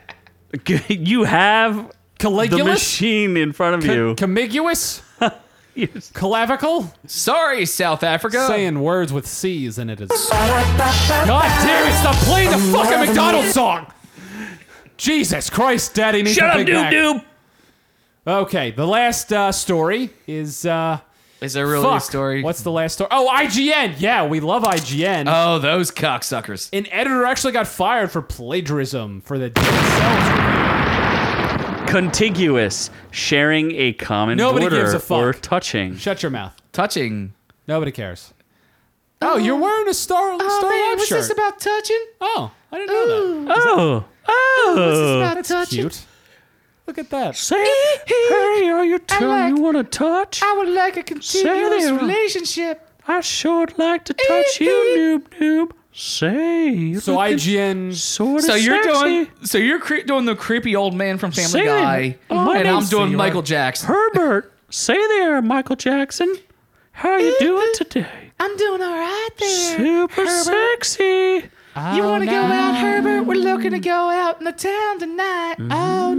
Speaker 1: you have the
Speaker 4: Caligulous?
Speaker 1: machine in front of you.
Speaker 4: Commiguous? Clavicle?
Speaker 3: Sorry, South Africa.
Speaker 4: Saying words with C's and it is. God damn it, stop playing the fucking McDonald's song! Jesus Christ, Daddy needs
Speaker 5: Shut
Speaker 4: a
Speaker 5: up,
Speaker 4: Big
Speaker 5: Doob
Speaker 4: Mac.
Speaker 5: Doob.
Speaker 4: Okay, the last uh, story is. Uh,
Speaker 3: Is there really
Speaker 4: fuck.
Speaker 3: a story?
Speaker 4: What's the last story? Oh, IGN! Yeah, we love IGN.
Speaker 1: Uh,
Speaker 3: Oh, those cocksuckers.
Speaker 4: An editor actually got fired for plagiarism for the DSL's
Speaker 1: Contiguous, sharing a common
Speaker 4: Nobody
Speaker 1: border
Speaker 4: gives a fuck.
Speaker 1: or touching.
Speaker 4: Shut your mouth.
Speaker 3: Touching.
Speaker 4: Nobody cares. Oh, you're wearing a Star Star Lab shirt.
Speaker 3: about touching?
Speaker 4: Oh, I didn't know that.
Speaker 1: Oh, oh,
Speaker 4: What's this about
Speaker 1: That's
Speaker 4: touching?
Speaker 1: cute.
Speaker 4: Look at that.
Speaker 1: Say, hey, are you two? you want to touch?
Speaker 3: I would like a
Speaker 1: continuous there.
Speaker 3: relationship.
Speaker 1: I sure would like to touch you, noob noob. Say, you're
Speaker 4: So
Speaker 1: looking
Speaker 4: IGN.
Speaker 1: sorta
Speaker 3: So you're
Speaker 1: sexy.
Speaker 3: doing, so you're cre- doing the creepy old man from Family
Speaker 1: Say
Speaker 3: Guy,
Speaker 1: that. My
Speaker 3: and I'm
Speaker 1: name's-
Speaker 3: doing Michael Jackson.
Speaker 1: Herbert, say there, Michael Jackson. How are you doing today?
Speaker 3: I'm doing all right there.
Speaker 1: Super sexy.
Speaker 3: You want to go out, Herbert? We're looking to go out in the town tonight. Oh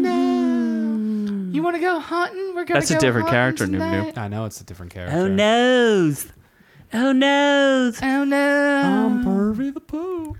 Speaker 3: no! You want to go hunting? We're gonna.
Speaker 1: That's a different character, Noob Noob.
Speaker 4: I know it's a different character.
Speaker 1: Oh no. Oh no.
Speaker 3: Oh no!
Speaker 4: Harvey the Pooh.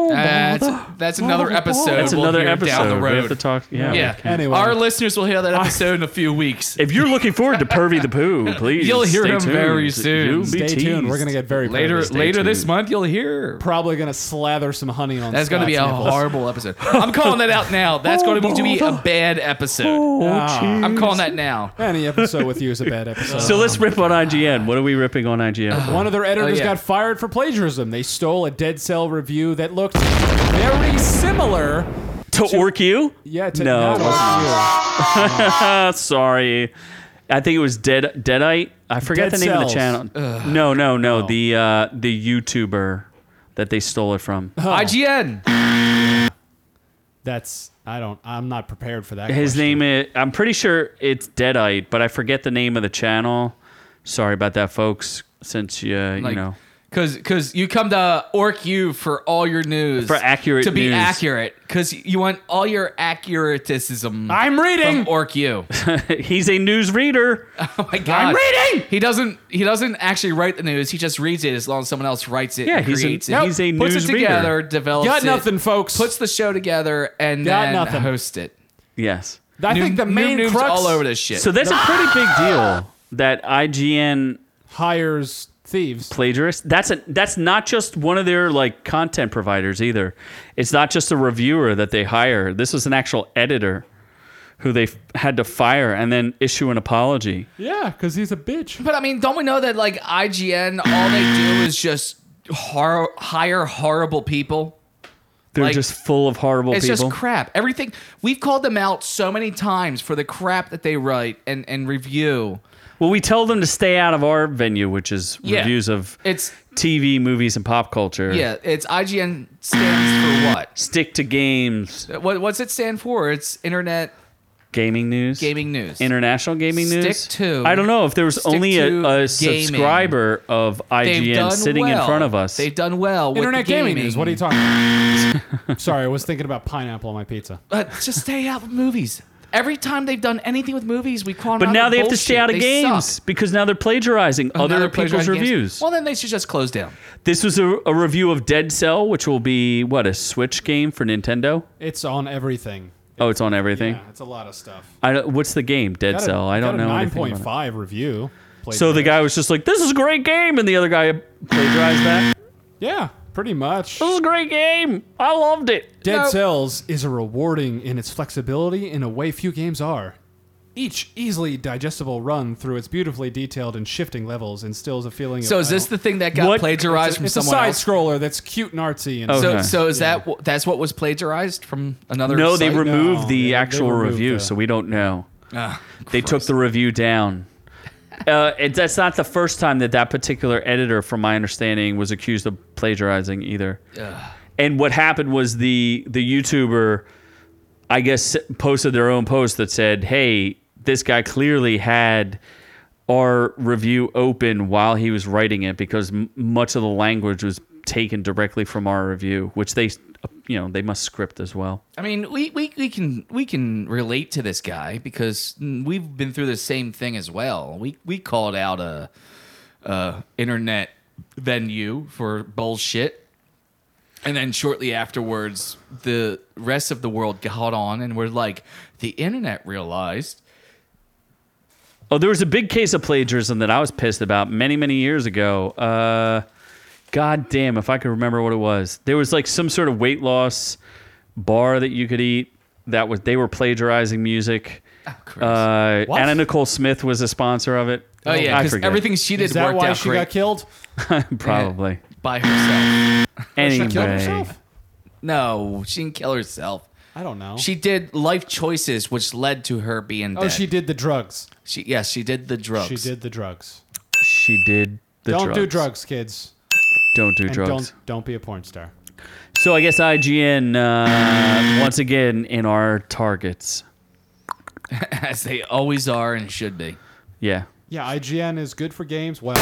Speaker 1: Oh,
Speaker 3: that's, that's Uh, another episode.
Speaker 1: That's
Speaker 3: we'll
Speaker 1: another
Speaker 3: hear
Speaker 1: episode.
Speaker 3: Down the road.
Speaker 1: We have to talk. Yeah.
Speaker 3: Yeah.
Speaker 1: okay.
Speaker 4: Anyway.
Speaker 3: Our listeners will hear that episode in a few weeks.
Speaker 1: If you're looking forward to Pervy the Pooh, please
Speaker 3: You'll hear
Speaker 1: stay
Speaker 3: him
Speaker 1: tuned.
Speaker 3: very soon.
Speaker 1: You'll be
Speaker 4: Stay tuned. We're
Speaker 1: teased.
Speaker 4: gonna get very
Speaker 3: Later,
Speaker 4: pervy.
Speaker 3: later this
Speaker 1: tuned.
Speaker 3: month, you'll hear.
Speaker 4: Probably gonna slather some honey on.
Speaker 3: That's going to be a
Speaker 4: Scott's nipples.
Speaker 3: horrible episode. I'm calling that out now. That's going to be to be a bad episode.
Speaker 4: Ah.
Speaker 1: Oh,
Speaker 3: I'm calling Oh. that now.
Speaker 4: Any episode with you is a bad episode.
Speaker 1: geez. So let's rip on IGN. What are we ripping on IGN?
Speaker 3: Uh,
Speaker 4: One of their editors
Speaker 3: Oh, yeah.
Speaker 4: got fired for plagiarism. They stole a Dead Cell review that looked very similar.
Speaker 1: to Orc You?
Speaker 4: Yeah, to,
Speaker 1: No, it
Speaker 4: it wasn't you.
Speaker 1: Sorry. I think it was Dead Deadite. I forget
Speaker 4: Dead
Speaker 1: the name of the
Speaker 4: Cells.
Speaker 1: channel. no, no, no. The uh, the YouTuber that they stole it from.
Speaker 3: Oh, IGN.
Speaker 4: That's I don't. I'm not prepared for that.
Speaker 1: His
Speaker 4: question.
Speaker 1: name is. I'm pretty sure it's Deadite, but I forget the name of the channel. Sorry about that, folks. Since you uh, you
Speaker 3: Like,
Speaker 1: know
Speaker 3: Cause, cause you come to Orc U for all your news
Speaker 1: For accurate
Speaker 3: to be
Speaker 1: news.
Speaker 3: accurate. Cause you want all your accuraticism.
Speaker 4: I'm reading.
Speaker 3: from Orc U.
Speaker 1: he's a news reader.
Speaker 3: Oh my god!
Speaker 4: I'm reading!
Speaker 3: He doesn't. He doesn't actually write the news. He just reads it as long as someone else writes it.
Speaker 1: Yeah,
Speaker 3: and
Speaker 1: he's a-
Speaker 3: creates it.
Speaker 1: Nope. he's a
Speaker 3: puts
Speaker 1: news
Speaker 3: it
Speaker 1: reader.
Speaker 3: together, develops
Speaker 4: Got
Speaker 3: it,
Speaker 4: nothing, folks.
Speaker 3: puts the show together, and
Speaker 4: Got
Speaker 3: then
Speaker 4: nothing.
Speaker 3: hosts it.
Speaker 1: Yes.
Speaker 4: I think the main
Speaker 3: news
Speaker 4: crux
Speaker 3: all over this shit.
Speaker 1: So that's a pretty big deal that IGN
Speaker 4: hires thieves.
Speaker 1: plagiarist. That's a that's not just one of their like content providers either. It's not just a reviewer that they hire. This is an actual editor who they f- had to fire and then issue an apology.
Speaker 4: Yeah, because he's a bitch.
Speaker 3: But I mean, don't we know that like IGN, all they do is just hor- hire horrible people?
Speaker 1: They're
Speaker 3: Like,
Speaker 1: just full of horrible
Speaker 3: It's
Speaker 1: people.
Speaker 3: just crap. Everything we've called them out so many times for the crap that they write and and review.
Speaker 1: well, we tell them to stay out of our venue, which is
Speaker 3: Yeah.
Speaker 1: reviews of
Speaker 3: It's
Speaker 1: TV, movies, and pop culture.
Speaker 3: yeah. It's IGN stands for what?
Speaker 1: Stick to games.
Speaker 3: What what's it stand for? It's internet
Speaker 1: Gaming news.
Speaker 3: Gaming news.
Speaker 1: International gaming news.
Speaker 3: Stick to-
Speaker 1: I don't know if there was
Speaker 3: stick
Speaker 1: only a,
Speaker 3: to
Speaker 1: a
Speaker 3: gaming.
Speaker 1: subscriber of
Speaker 3: They've
Speaker 1: IGN
Speaker 3: done
Speaker 1: sitting in
Speaker 3: well.
Speaker 1: front of us.
Speaker 3: They've done well. With
Speaker 4: Internet
Speaker 3: the gaming.
Speaker 4: gaming news. What are you talking about? Sorry, I was thinking about pineapple on my pizza.
Speaker 3: But Uh, just stay out of movies. Every time they've done anything with movies, we call them.
Speaker 1: but
Speaker 3: out
Speaker 1: now
Speaker 3: on
Speaker 1: they have to
Speaker 3: bullshit.
Speaker 1: stay out of
Speaker 3: They
Speaker 1: games
Speaker 3: suck.
Speaker 1: because now they're plagiarizing
Speaker 3: Now
Speaker 1: other
Speaker 3: they're
Speaker 1: people's
Speaker 3: plagiarizing games.
Speaker 1: reviews.
Speaker 3: Well, then they should just close down.
Speaker 1: This was a, a review of Dead Cell, which will be what a Switch game for Nintendo.
Speaker 4: It's on everything.
Speaker 1: Oh, it's on everything.
Speaker 4: Yeah, it's a lot of stuff.
Speaker 1: I don't, what's the game? Dead
Speaker 4: Got a-
Speaker 1: Cell. I
Speaker 4: got
Speaker 1: don't
Speaker 4: a
Speaker 1: know.
Speaker 4: Nine
Speaker 1: anything about it.
Speaker 4: point five review.
Speaker 1: So the guy was just like, "This is a great game," and the other guy plagiarized that.
Speaker 4: Yeah, pretty much.
Speaker 1: This is a great game. I loved it.
Speaker 4: Dead
Speaker 1: Nope.
Speaker 4: Cells is a rewarding in its flexibility in a way few games are. Each easily digestible run through its beautifully detailed and shifting levels instills a feeling.
Speaker 3: So
Speaker 4: of,
Speaker 3: is this the thing that got plagiarized
Speaker 4: It's a-
Speaker 3: from
Speaker 4: it's
Speaker 3: someone
Speaker 4: a side
Speaker 3: else? Oh,
Speaker 4: scroller that's cute and artsy. And
Speaker 3: So, so is that wh- that's what was plagiarized from another?
Speaker 1: No, they
Speaker 3: site?
Speaker 1: removed the actual
Speaker 4: removed
Speaker 1: review,
Speaker 4: the-
Speaker 1: so we don't know.
Speaker 3: Ah,
Speaker 1: they took the review down. Uh, it, that's not the first time that that particular editor, from my understanding, was accused of plagiarizing either. And what happened was the the YouTuber, I guess, posted their own post that said, "Hey, this guy clearly had our review open while he was writing it because m- much of the language was taken directly from our review, which they, you know, they must script as well."
Speaker 3: I mean, we, we, we can we can relate to this guy because we've been through the same thing as well. We we called out a, a internet venue for bullshit, and then shortly afterwards, the rest of the world got on and we're like, the internet realized.
Speaker 1: Oh, there was a big case of plagiarism that I was pissed about many, many years ago. Uh, God damn, if I could remember what it was. There was like some sort of weight loss bar that you could eat that was they were plagiarizing music. uh,
Speaker 4: What?
Speaker 1: Anna Nicole Smith was a sponsor of it.
Speaker 3: Oh yeah,
Speaker 1: I
Speaker 3: because
Speaker 1: forget.
Speaker 3: everything she did
Speaker 4: Is that
Speaker 3: worked
Speaker 4: why
Speaker 3: out
Speaker 4: she
Speaker 3: great
Speaker 4: got killed?
Speaker 1: probably.
Speaker 3: by herself.
Speaker 1: Anyway, herself?
Speaker 3: No, she didn't kill herself.
Speaker 4: I don't know.
Speaker 3: She did life choices, which led to her being
Speaker 4: oh,
Speaker 3: dead.
Speaker 4: she did the drugs.
Speaker 3: She yes, she did the drugs.
Speaker 4: She did the drugs.
Speaker 1: she did the
Speaker 4: don't
Speaker 1: drugs.
Speaker 4: do drugs, kids.
Speaker 1: Don't do
Speaker 4: And
Speaker 1: drugs.
Speaker 4: Don't don't be a porn star.
Speaker 1: So I guess IGN uh, once again in our targets.
Speaker 3: as they always are and should be.
Speaker 1: Yeah,
Speaker 4: Yeah, IGN is good for games. Well,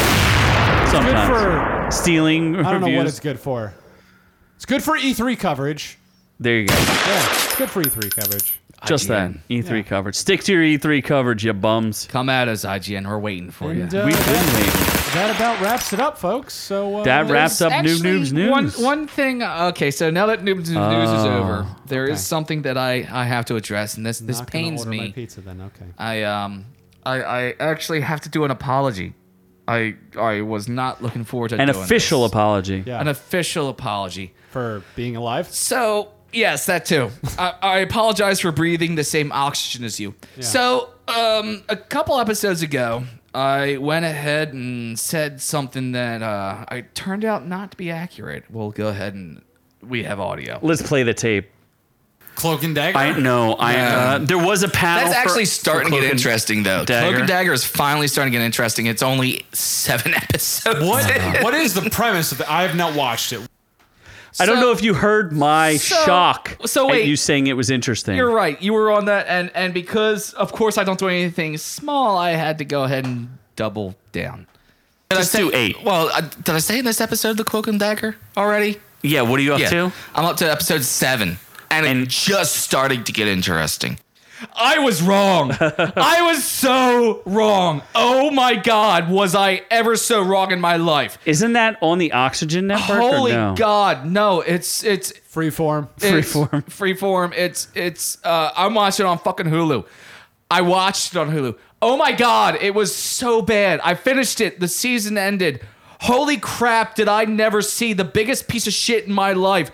Speaker 1: sometimes
Speaker 4: for-
Speaker 1: stealing
Speaker 4: I don't know
Speaker 1: reviews.
Speaker 4: what it's good for. It's good for E3 coverage.
Speaker 1: there you go.
Speaker 4: Yeah, it's good for E3 coverage.
Speaker 1: Just that
Speaker 3: IGN.
Speaker 1: E3 coverage. Stick to your E3 coverage, you bums.
Speaker 3: Come at us, IGN. We're waiting for you.
Speaker 4: And, uh,
Speaker 1: We've
Speaker 4: that,
Speaker 1: been waiting.
Speaker 4: that about wraps it up, folks. So uh,
Speaker 1: That wraps up Noob Noob's news.
Speaker 3: One one thing. Okay, so now that Noob Noob's news is over, there is something that I, I have to address, and this this
Speaker 4: Oh, Not gonna
Speaker 3: pains
Speaker 4: order My
Speaker 3: me.
Speaker 4: pizza, then. Okay.
Speaker 3: I um I I actually have to do an apology. I I was not looking forward to
Speaker 1: An
Speaker 3: doing
Speaker 1: official
Speaker 3: this.
Speaker 1: apology.
Speaker 4: Yeah.
Speaker 3: an official apology.
Speaker 4: for being alive.
Speaker 3: So yes, that too. I, I apologize for breathing the same oxygen as you. So um, a couple episodes ago, I went ahead and said something that uh, I turned out not to be accurate. We'll go ahead and we have audio.
Speaker 1: Let's play the tape.
Speaker 4: Cloak and dagger.
Speaker 1: I know. I uh, there was a panel.
Speaker 3: That's
Speaker 1: for-
Speaker 3: actually
Speaker 1: for
Speaker 3: starting to
Speaker 1: Cloak
Speaker 3: get
Speaker 1: and
Speaker 3: interesting, though. Cloak
Speaker 1: Dagger.
Speaker 3: and Dagger is finally starting to get interesting. It's only seven episodes. in.
Speaker 4: what is the premise of that? I have not watched it.
Speaker 1: I don't
Speaker 3: So-
Speaker 1: know if you heard my
Speaker 3: So-
Speaker 1: shock
Speaker 3: so
Speaker 1: at
Speaker 3: wait.
Speaker 1: you saying it was interesting.
Speaker 3: You're right. You were on that, and and because of course I don't do anything small, I had to go ahead and double down. Did
Speaker 1: Just
Speaker 3: I say,
Speaker 1: do eight.
Speaker 3: Well, I, did I say in this episode the cloak and dagger already?
Speaker 1: Yeah, what are you up to?
Speaker 3: I'm up to episode seven, and, it just starting to get interesting. I was wrong. I was so wrong. Oh my God, was I ever so wrong in my life?
Speaker 1: Isn't that on the Oxygen Network? or
Speaker 3: Holy
Speaker 1: no?
Speaker 3: God, no! It's it's
Speaker 4: Freeform.
Speaker 3: it's
Speaker 1: Freeform.
Speaker 3: Freeform. It's it's. Uh, I'm watching it on fucking Hulu. I watched it on Hulu. Oh my god, it was so bad. I finished it. The season ended. Holy crap! Did I never see the biggest piece of shit in my life?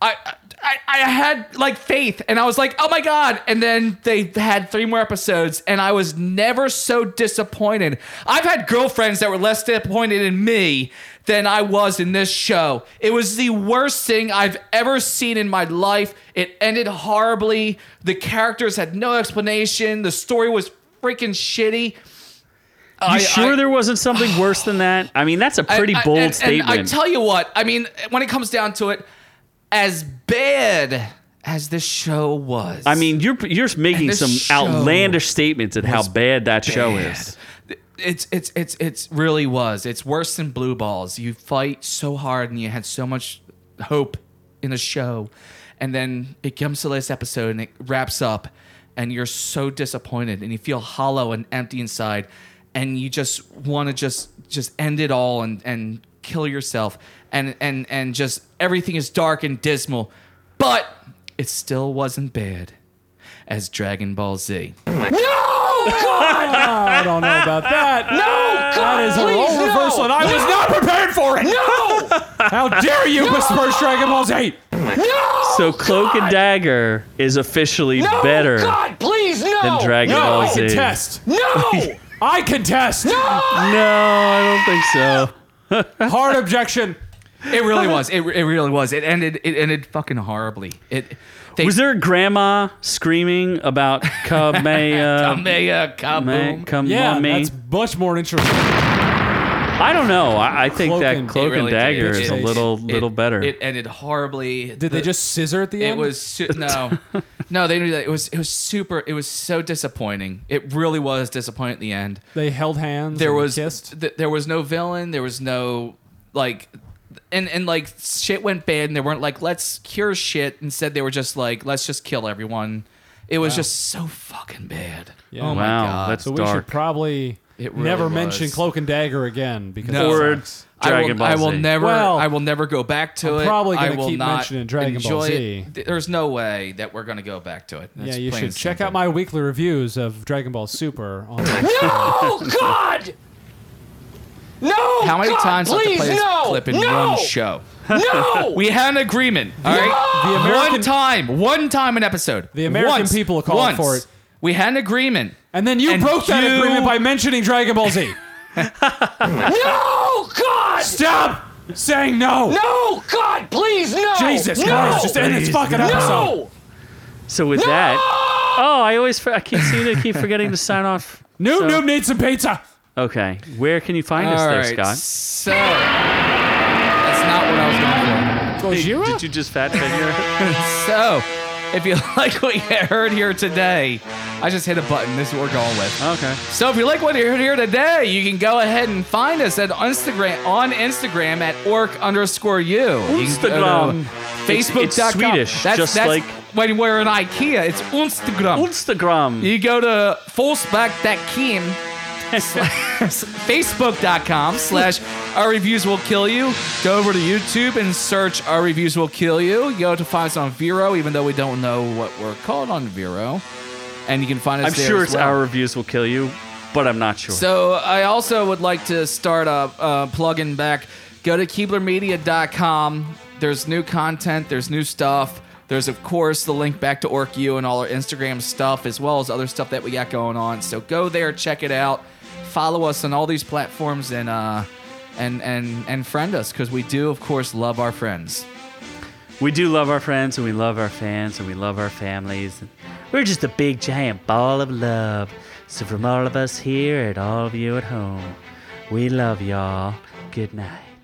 Speaker 3: I. I, I had like faith and I was like, oh my God. And then they had three more episodes and I was never so disappointed. I've had girlfriends that were less disappointed in me than I was in this show. It was the worst thing I've ever seen in my life. It ended horribly. The characters had no explanation. The story was freaking shitty.
Speaker 1: You sure there wasn't something worse than that? I mean, that's a pretty
Speaker 3: I- I-
Speaker 1: bold
Speaker 3: and-
Speaker 1: statement.
Speaker 3: And I tell you what, I mean, when it comes down to it, as bad as the show was.
Speaker 1: I mean, you're you're making
Speaker 3: this
Speaker 1: some
Speaker 3: show
Speaker 1: outlandish statements at how bad that show
Speaker 3: bad.
Speaker 1: is.
Speaker 3: It's it's it's it's really was. It's worse than blue balls. You fight so hard and you had so much hope in the show, and then it comes to the last episode and it wraps up, and you're so disappointed and you feel hollow and empty inside, and you just want to just just end it all and and kill yourself and and and just everything is dark and dismal, but it still wasn't bad, as Dragon Ball Z.
Speaker 4: I don't know about that. No, that is a
Speaker 13: please,
Speaker 4: role
Speaker 13: no.
Speaker 4: reversal, and I was
Speaker 13: No.
Speaker 4: not prepared for it. No, how dare you besmirch Dragon Ball Z?
Speaker 1: so Cloak and Dagger is officially better.
Speaker 4: please
Speaker 1: no. Then Dragon
Speaker 4: no,
Speaker 1: Ball
Speaker 4: I
Speaker 1: Z.
Speaker 4: contest. No, I contest. No, no,
Speaker 1: I
Speaker 4: don't think so. Hard objection.
Speaker 3: It really was. It, it really was. It ended. It ended fucking horribly. It. They,
Speaker 1: was there a grandma screaming about uh, Kameya?
Speaker 3: Kameya, kaboom.
Speaker 1: come
Speaker 4: yeah,
Speaker 1: on me.
Speaker 4: that's much more interesting.
Speaker 1: I don't know. I, I think that Cloak
Speaker 3: It really
Speaker 1: and Dagger
Speaker 3: did.
Speaker 1: is a
Speaker 3: It-
Speaker 1: little
Speaker 3: it-
Speaker 1: little better.
Speaker 3: It ended horribly.
Speaker 4: Did they just scissor at the
Speaker 3: It
Speaker 4: end?
Speaker 3: was su- no, no. They knew that it was. It was super. It was so disappointing. It really was disappointing at the end.
Speaker 4: They held hands.
Speaker 3: There
Speaker 4: and
Speaker 3: was
Speaker 4: kissed.
Speaker 3: th- there was no villain. There was no like, and and like shit went bad, and they weren't like let's cure shit. Instead, they were just like let's just kill everyone. It was
Speaker 4: Wow.
Speaker 3: just so fucking bad.
Speaker 4: Yeah.
Speaker 3: Oh my
Speaker 1: Wow,
Speaker 3: god.
Speaker 1: that's
Speaker 4: so we
Speaker 1: dark.
Speaker 4: should probably
Speaker 3: really
Speaker 4: never
Speaker 3: was.
Speaker 4: mention Cloak and Dagger again because
Speaker 3: No.
Speaker 4: it
Speaker 1: Or
Speaker 4: sucks.
Speaker 3: I
Speaker 1: Dragon
Speaker 3: will,
Speaker 1: Ball
Speaker 3: I will
Speaker 1: Z.
Speaker 3: never.
Speaker 4: Well,
Speaker 3: I will never go back to
Speaker 4: I'm
Speaker 3: it.
Speaker 4: probably
Speaker 3: I
Speaker 4: gonna
Speaker 3: will
Speaker 4: keep
Speaker 3: not
Speaker 4: mentioning Dragon Ball
Speaker 3: enjoy
Speaker 4: Z.
Speaker 3: It. Th- There's no way that we're gonna go back to it. That's
Speaker 4: yeah, you
Speaker 3: plain
Speaker 4: should
Speaker 3: and
Speaker 4: check
Speaker 3: simple.
Speaker 4: out my weekly reviews of Dragon Ball Super. On
Speaker 3: No,
Speaker 4: God!
Speaker 3: No. How many times have to play this clip in one show?
Speaker 4: No!
Speaker 3: we had an agreement. All right.
Speaker 4: The
Speaker 3: one
Speaker 4: American-
Speaker 3: time. One time an episode.
Speaker 4: The American
Speaker 3: Once,
Speaker 4: people are calling
Speaker 3: once.
Speaker 4: for it.
Speaker 3: We had an agreement.
Speaker 4: And then you broke that
Speaker 3: you-
Speaker 4: agreement by mentioning Dragon Ball Z.
Speaker 13: No, God!
Speaker 4: Stop saying no.
Speaker 13: No, God, please, no!
Speaker 4: Jesus
Speaker 13: no!
Speaker 4: Christ! Just end this fucking
Speaker 13: no!
Speaker 4: episode.
Speaker 1: so with that, oh, I always for- I keep seem to keep forgetting to sign off.
Speaker 4: Noob
Speaker 1: So-
Speaker 4: Noob needs some pizza.
Speaker 1: Okay, where can you find us
Speaker 3: All
Speaker 1: there,
Speaker 3: right,
Speaker 1: Scott?
Speaker 3: So that's not what I was going for.
Speaker 1: Hey, did you just fat finger?
Speaker 3: So, if you like what you heard here today, I just hit a button. This is what we're going with.
Speaker 1: Okay.
Speaker 3: So, if you like what you heard here today, you can go ahead and find us at Instagram on Instagram at orc underscore you. You can go to
Speaker 1: Instagram.
Speaker 3: Facebook.com.
Speaker 1: It's- it's Swedish,
Speaker 3: That's,
Speaker 1: just
Speaker 3: that's
Speaker 1: like-
Speaker 3: when we're in IKEA. It's Instagram.
Speaker 1: Instagram.
Speaker 3: You go to Folsback.com, Facebook.com slash Our Reviews Will Kill You. Go over to YouTube and search Our Reviews Will Kill You. You go to find us on Vero, even though we don't know what we're called on Vero. And you can find us
Speaker 1: I'm
Speaker 3: there
Speaker 1: sure
Speaker 3: as
Speaker 1: it's
Speaker 3: well.
Speaker 1: our reviews will kill you, but I'm not sure.
Speaker 3: So I also would like to start up uh, plugging back. Go to KeeblerMedia.com. There's new content. There's new stuff. There's of course the link back to OrcU and all our Instagram stuff, as well as other stuff that we got going on. So go there, check it out, follow us on all these platforms, and uh, and and and friend us because we do of course love our friends.
Speaker 1: we do love our friends, and we love our fans, and we love our families. And we're just a big giant ball of love. So from all of us here and all of you at home, we love y'all. Good night.